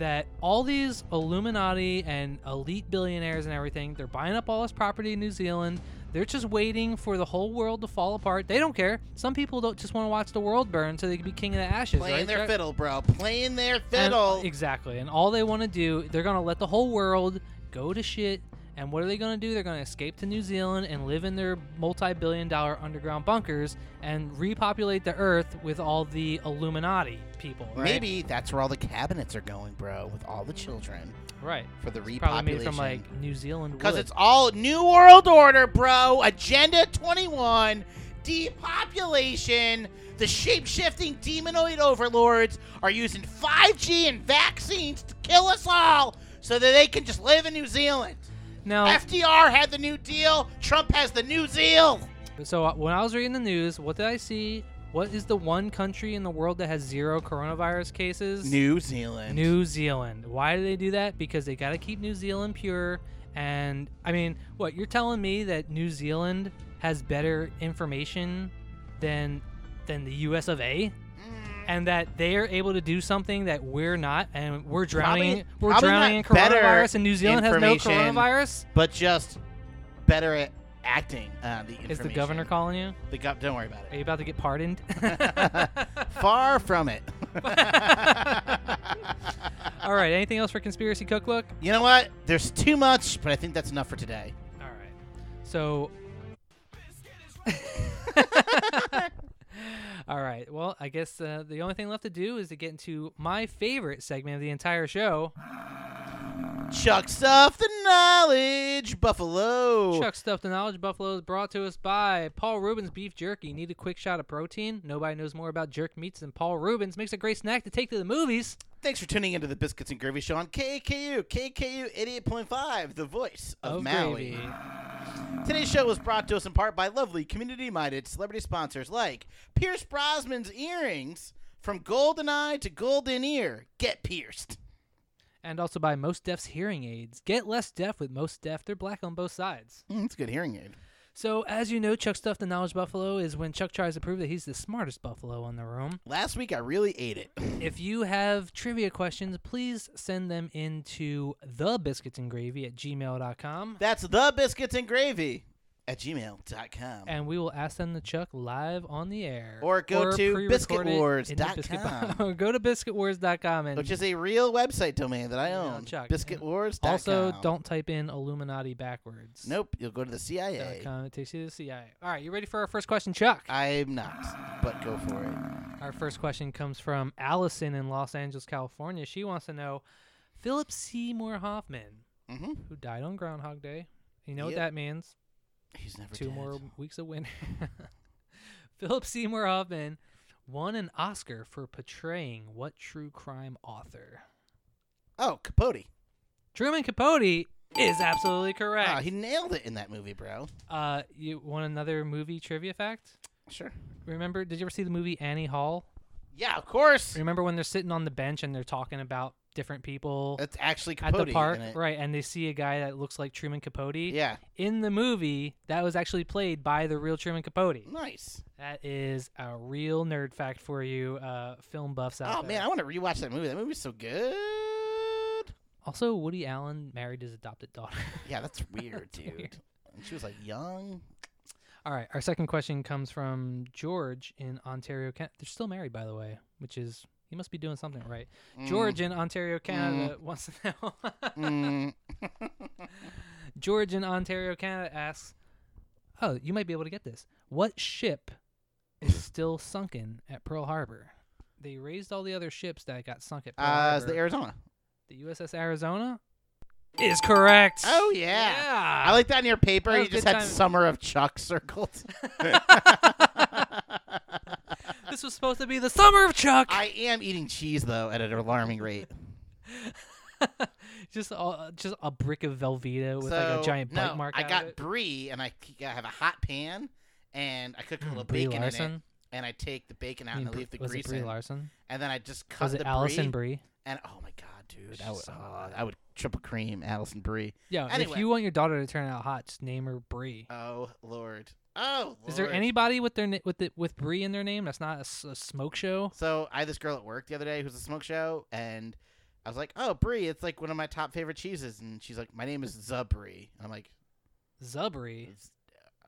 Speaker 2: that all these Illuminati and elite billionaires and everything, they're buying up all this property in New Zealand. They're just waiting for the whole world to fall apart. They don't care. Some people don't just want to watch the world burn so they can be king of the ashes.
Speaker 3: Playing
Speaker 2: right?
Speaker 3: their
Speaker 2: Chuck?
Speaker 3: fiddle, bro. Playing their
Speaker 2: And- uh,
Speaker 3: fiddle.
Speaker 2: exactly. And all they want to do, they're going to let the whole world go to shit. And what are they going to do? They're going to escape to New Zealand and live in their multi billion dollar underground bunkers and repopulate the earth with all the Illuminati people. Right?
Speaker 3: Maybe that's where all the cabinets are going, bro, with all the children
Speaker 2: Right.
Speaker 3: for the
Speaker 2: Probably
Speaker 3: repopulation.
Speaker 2: made from like New Zealand.
Speaker 3: Because
Speaker 2: wood.
Speaker 3: it's all New World Order, bro. Agenda 21, depopulation. The shape shifting demonoid overlords are using 5G and vaccines to kill us all so that they can just live in New Zealand.
Speaker 2: now.
Speaker 3: FDR had the New Deal, Trump has the New Zeal.
Speaker 2: so uh, when I was reading the news, what did I see? What is the one country in the world that has zero coronavirus cases?
Speaker 3: New Zealand.
Speaker 2: New Zealand. Why do they do that? Because they got to keep New Zealand pure. And I mean, what you're telling me that New Zealand has better information than than the U.S. of
Speaker 3: Mm.
Speaker 2: A. And that they are able to do something that we're not, and we're drowning. we're
Speaker 3: probably
Speaker 2: drowning in
Speaker 3: not better
Speaker 2: coronavirus, and New Zealand has no
Speaker 3: information.
Speaker 2: coronavirus.
Speaker 3: But just better at acting uh, the information.
Speaker 2: Is the governor calling you?
Speaker 3: The gov- don't worry about
Speaker 2: Are you about to get pardoned? (laughs)
Speaker 3: it. Far from it.
Speaker 2: All right. Anything else for conspiracy cookbook?
Speaker 3: You know what? There's too much, but I think that's enough for today.
Speaker 2: All right. So. (laughs) All right. Well, I guess uh, the only thing left to do is to get into my favorite segment of the entire show.
Speaker 3: Chuck stuff the knowledge, Buffalo.
Speaker 2: Chuck Stuff the Knowledge Buffalo is brought to us by Paul Rubens Beef Jerky. Need a quick shot of protein? Nobody knows more about jerk meats than Paul Rubens. Makes a great snack to take to the movies.
Speaker 3: Thanks for tuning into the Biscuits and Gravy Show on KKU, KKU 88.5, the voice of
Speaker 2: of
Speaker 3: Maui.
Speaker 2: gravy.
Speaker 3: Today's show was brought to us in part by lovely community minded celebrity sponsors like Pierce Brosnan's earrings from Golden Eye to Golden Ear. Get pierced. (laughs)
Speaker 2: And also by Most Deaf's Hearing Aids. Get less deaf with Most Deaf. They're black on both sides.
Speaker 3: Mm, That's a good hearing aid.
Speaker 2: So, as you know, Chuck Stuff the Knowledge Buffalo is when Chuck tries to prove that he's the smartest buffalo in the room.
Speaker 3: Last week I really ate it. (laughs)
Speaker 2: If you have trivia questions, please send them into thebiscuitsandgravy at gmail.com.
Speaker 3: That's the biscuits and gravy at gmail.com.
Speaker 2: And we will ask them to Chuck live on the air.
Speaker 3: Or go to
Speaker 2: pre-record it
Speaker 3: biscuitwars.com.
Speaker 2: into Bo- (laughs) go to biscuitwars.com. And
Speaker 3: which is a real website domain that I
Speaker 2: Yeah,
Speaker 3: own.
Speaker 2: Chuck,
Speaker 3: Biscuit
Speaker 2: and
Speaker 3: Wars.
Speaker 2: also, don't type in Illuminati backwards.
Speaker 3: Nope, you'll go to the
Speaker 2: Dot
Speaker 3: CIA.
Speaker 2: com. It takes you to the CIA. All right, you ready for our first question, Chuck?
Speaker 3: I'm not, but go for it.
Speaker 2: Our first question comes from Allison in Los Angeles, California. She wants to know Philip Seymour Hoffman,
Speaker 3: Mm-hmm.
Speaker 2: who died on Groundhog Day. You know what
Speaker 3: Yep.
Speaker 2: that means?
Speaker 3: He's never
Speaker 2: Two
Speaker 3: dead.
Speaker 2: more weeks of winter. (laughs) Philip Seymour Hoffman won an Oscar for portraying what true crime author?
Speaker 3: Oh, Capote.
Speaker 2: Truman Capote is absolutely correct.
Speaker 3: Wow, Ah, he nailed it in that movie, bro.
Speaker 2: uh, you want another movie trivia fact?
Speaker 3: Sure.
Speaker 2: Remember, did you ever see the movie Annie Hall?
Speaker 3: Yeah, of course.
Speaker 2: Remember when they're sitting on the bench and they're talking about different people?
Speaker 3: That's actually Capote
Speaker 2: at the park,
Speaker 3: in it.
Speaker 2: right? And they see a guy that looks like Truman Capote.
Speaker 3: Yeah.
Speaker 2: In the movie, that was actually played by the real Truman Capote.
Speaker 3: Nice.
Speaker 2: That is a real nerd fact for you, uh, film buffs out
Speaker 3: Oh
Speaker 2: there.
Speaker 3: man, I want to rewatch that movie. That movie's so good.
Speaker 2: also, Woody Allen married his adopted daughter. (laughs)
Speaker 3: Yeah, that's weird, dude. And she was like
Speaker 2: (laughs)
Speaker 3: young.
Speaker 2: All right, our second question comes from George in Ontario, Canada. They're still married, by the way, which is he must be doing something right. George in Ontario, Canada wants to know. (laughs)
Speaker 3: Mm.
Speaker 2: George in Ontario, Canada asks, "Oh, you might be able to get this. What ship
Speaker 3: (laughs)
Speaker 2: is still sunken at Pearl Harbor? They raised all the other ships that got sunk at Pearl
Speaker 3: Uh, it's
Speaker 2: Harbor.
Speaker 3: the Arizona.
Speaker 2: The USS Arizona is correct.
Speaker 3: Oh yeah. I like that in your paper.
Speaker 2: That
Speaker 3: You
Speaker 2: was
Speaker 3: just
Speaker 2: good
Speaker 3: had
Speaker 2: timing.
Speaker 3: Summer of Chuck circled.
Speaker 2: this was supposed to be the summer of Chuck.
Speaker 3: I am eating cheese though at an alarming rate.
Speaker 2: just a, just a brick of Velveeta with like
Speaker 3: So,
Speaker 2: a giant
Speaker 3: no,
Speaker 2: bite mark.
Speaker 3: I
Speaker 2: out
Speaker 3: got
Speaker 2: of it.
Speaker 3: brie and I, c- I have a hot pan and I cook a little
Speaker 2: Mm, Brie
Speaker 3: bacon in it
Speaker 2: Larson.
Speaker 3: and I take the bacon
Speaker 2: I
Speaker 3: out
Speaker 2: mean,
Speaker 3: and I
Speaker 2: Br-
Speaker 3: leave the
Speaker 2: was
Speaker 3: grease
Speaker 2: it Brie
Speaker 3: in
Speaker 2: Larson?
Speaker 3: and then I just cut
Speaker 2: Was
Speaker 3: the
Speaker 2: it Allison
Speaker 3: brie,
Speaker 2: Brie?
Speaker 3: and oh my god, dude,
Speaker 2: That
Speaker 3: that
Speaker 2: would- oh.
Speaker 3: was I would triple cream Allison Brie.
Speaker 2: Yeah.
Speaker 3: Anyway.
Speaker 2: If you want your daughter to turn out hot, just name her Brie.
Speaker 3: Oh lord. Oh.
Speaker 2: Is there
Speaker 3: Lord.
Speaker 2: anybody with their na- with the, with Brie in their name? That's not a s- a, smoke show.
Speaker 3: So I had this girl at work the other day who's a smoke show, and I was like, "Oh, Brie, it's like one of my top favorite cheeses," and she's like, "My name is Zubri," and I'm like,
Speaker 2: Zubri.
Speaker 3: "It's-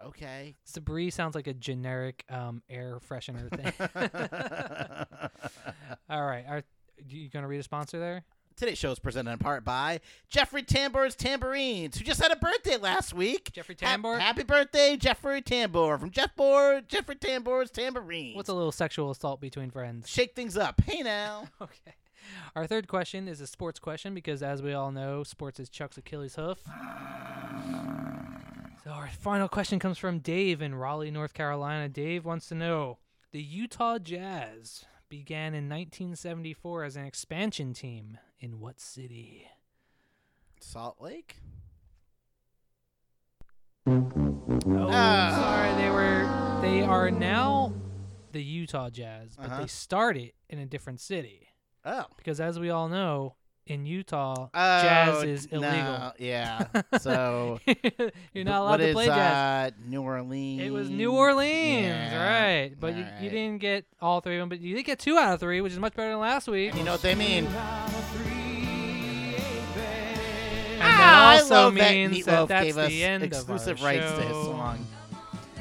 Speaker 3: "Okay."
Speaker 2: So Brie sounds like a generic um, air freshener thing. (laughs) All right. Are you gonna read a sponsor there?
Speaker 3: Today's show is presented in part by Jeffrey Tambor's Tambourines, who just had a birthday last week.
Speaker 2: Jeffrey
Speaker 3: Ha-
Speaker 2: Tambor.
Speaker 3: happy birthday, Jeffrey Tambor from Jeff Board, Jeffrey Tambor's Tambourines.
Speaker 2: What's a little sexual assault between friends?
Speaker 3: Shake things up. Hey now.
Speaker 2: (laughs) Okay. Our third question is a sports question because, as we all know, sports is Chuck's Achilles hoof.
Speaker 3: (sighs)
Speaker 2: So, our final question comes from Dave in Raleigh, North Carolina. Dave wants to know The Utah Jazz began in 1974 as an expansion team in what city?
Speaker 3: Salt Lake?
Speaker 2: Oh, sorry. They were. They are now the Utah Jazz, but
Speaker 3: Uh-huh.
Speaker 2: they started in a different city
Speaker 3: Oh.
Speaker 2: because, as we all know, in Utah,
Speaker 3: Oh,
Speaker 2: jazz is
Speaker 3: no,
Speaker 2: illegal. (laughs)
Speaker 3: Yeah. So
Speaker 2: You're not allowed
Speaker 3: what
Speaker 2: to
Speaker 3: is,
Speaker 2: play jazz.
Speaker 3: Uh, New Orleans.
Speaker 2: It was New Orleans, right? But you, you
Speaker 3: alright.
Speaker 2: didn't get all three of them, but you did get two out of three, which is much better than last week.
Speaker 3: And you know what they mean?
Speaker 2: And
Speaker 3: Ah,
Speaker 2: that
Speaker 3: I
Speaker 2: also
Speaker 3: love that
Speaker 2: means
Speaker 3: Meatloaf
Speaker 2: that's
Speaker 3: gave
Speaker 2: the
Speaker 3: us
Speaker 2: end
Speaker 3: exclusive
Speaker 2: of our
Speaker 3: rights
Speaker 2: show.
Speaker 3: to his song.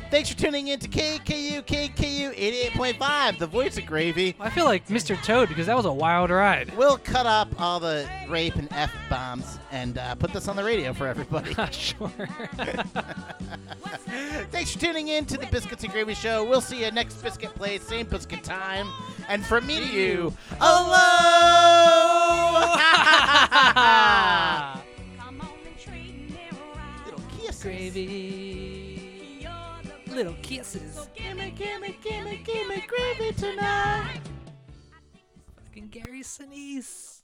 Speaker 3: Thanks for tuning in to KKU KKU 88.5, the voice of gravy.
Speaker 2: I feel like Mr. Toad because that was a wild ride. (laughs)
Speaker 3: We'll cut up all the rape and F bombs and uh, put this on the radio for
Speaker 2: (laughs)
Speaker 3: everybody.
Speaker 2: sure.
Speaker 3: Thanks for tuning in to the Biscuits and Gravy Show. We'll see you next biscuit place, same biscuit time. And from me to you, hello!
Speaker 6: Come on and treat me right.
Speaker 3: (laughs) Little kisses.
Speaker 2: Gravy.
Speaker 6: You're the
Speaker 2: Little kisses.
Speaker 6: gimme, gimme, gimme, gimme gravy tonight.
Speaker 2: Fucking Gary Sinise.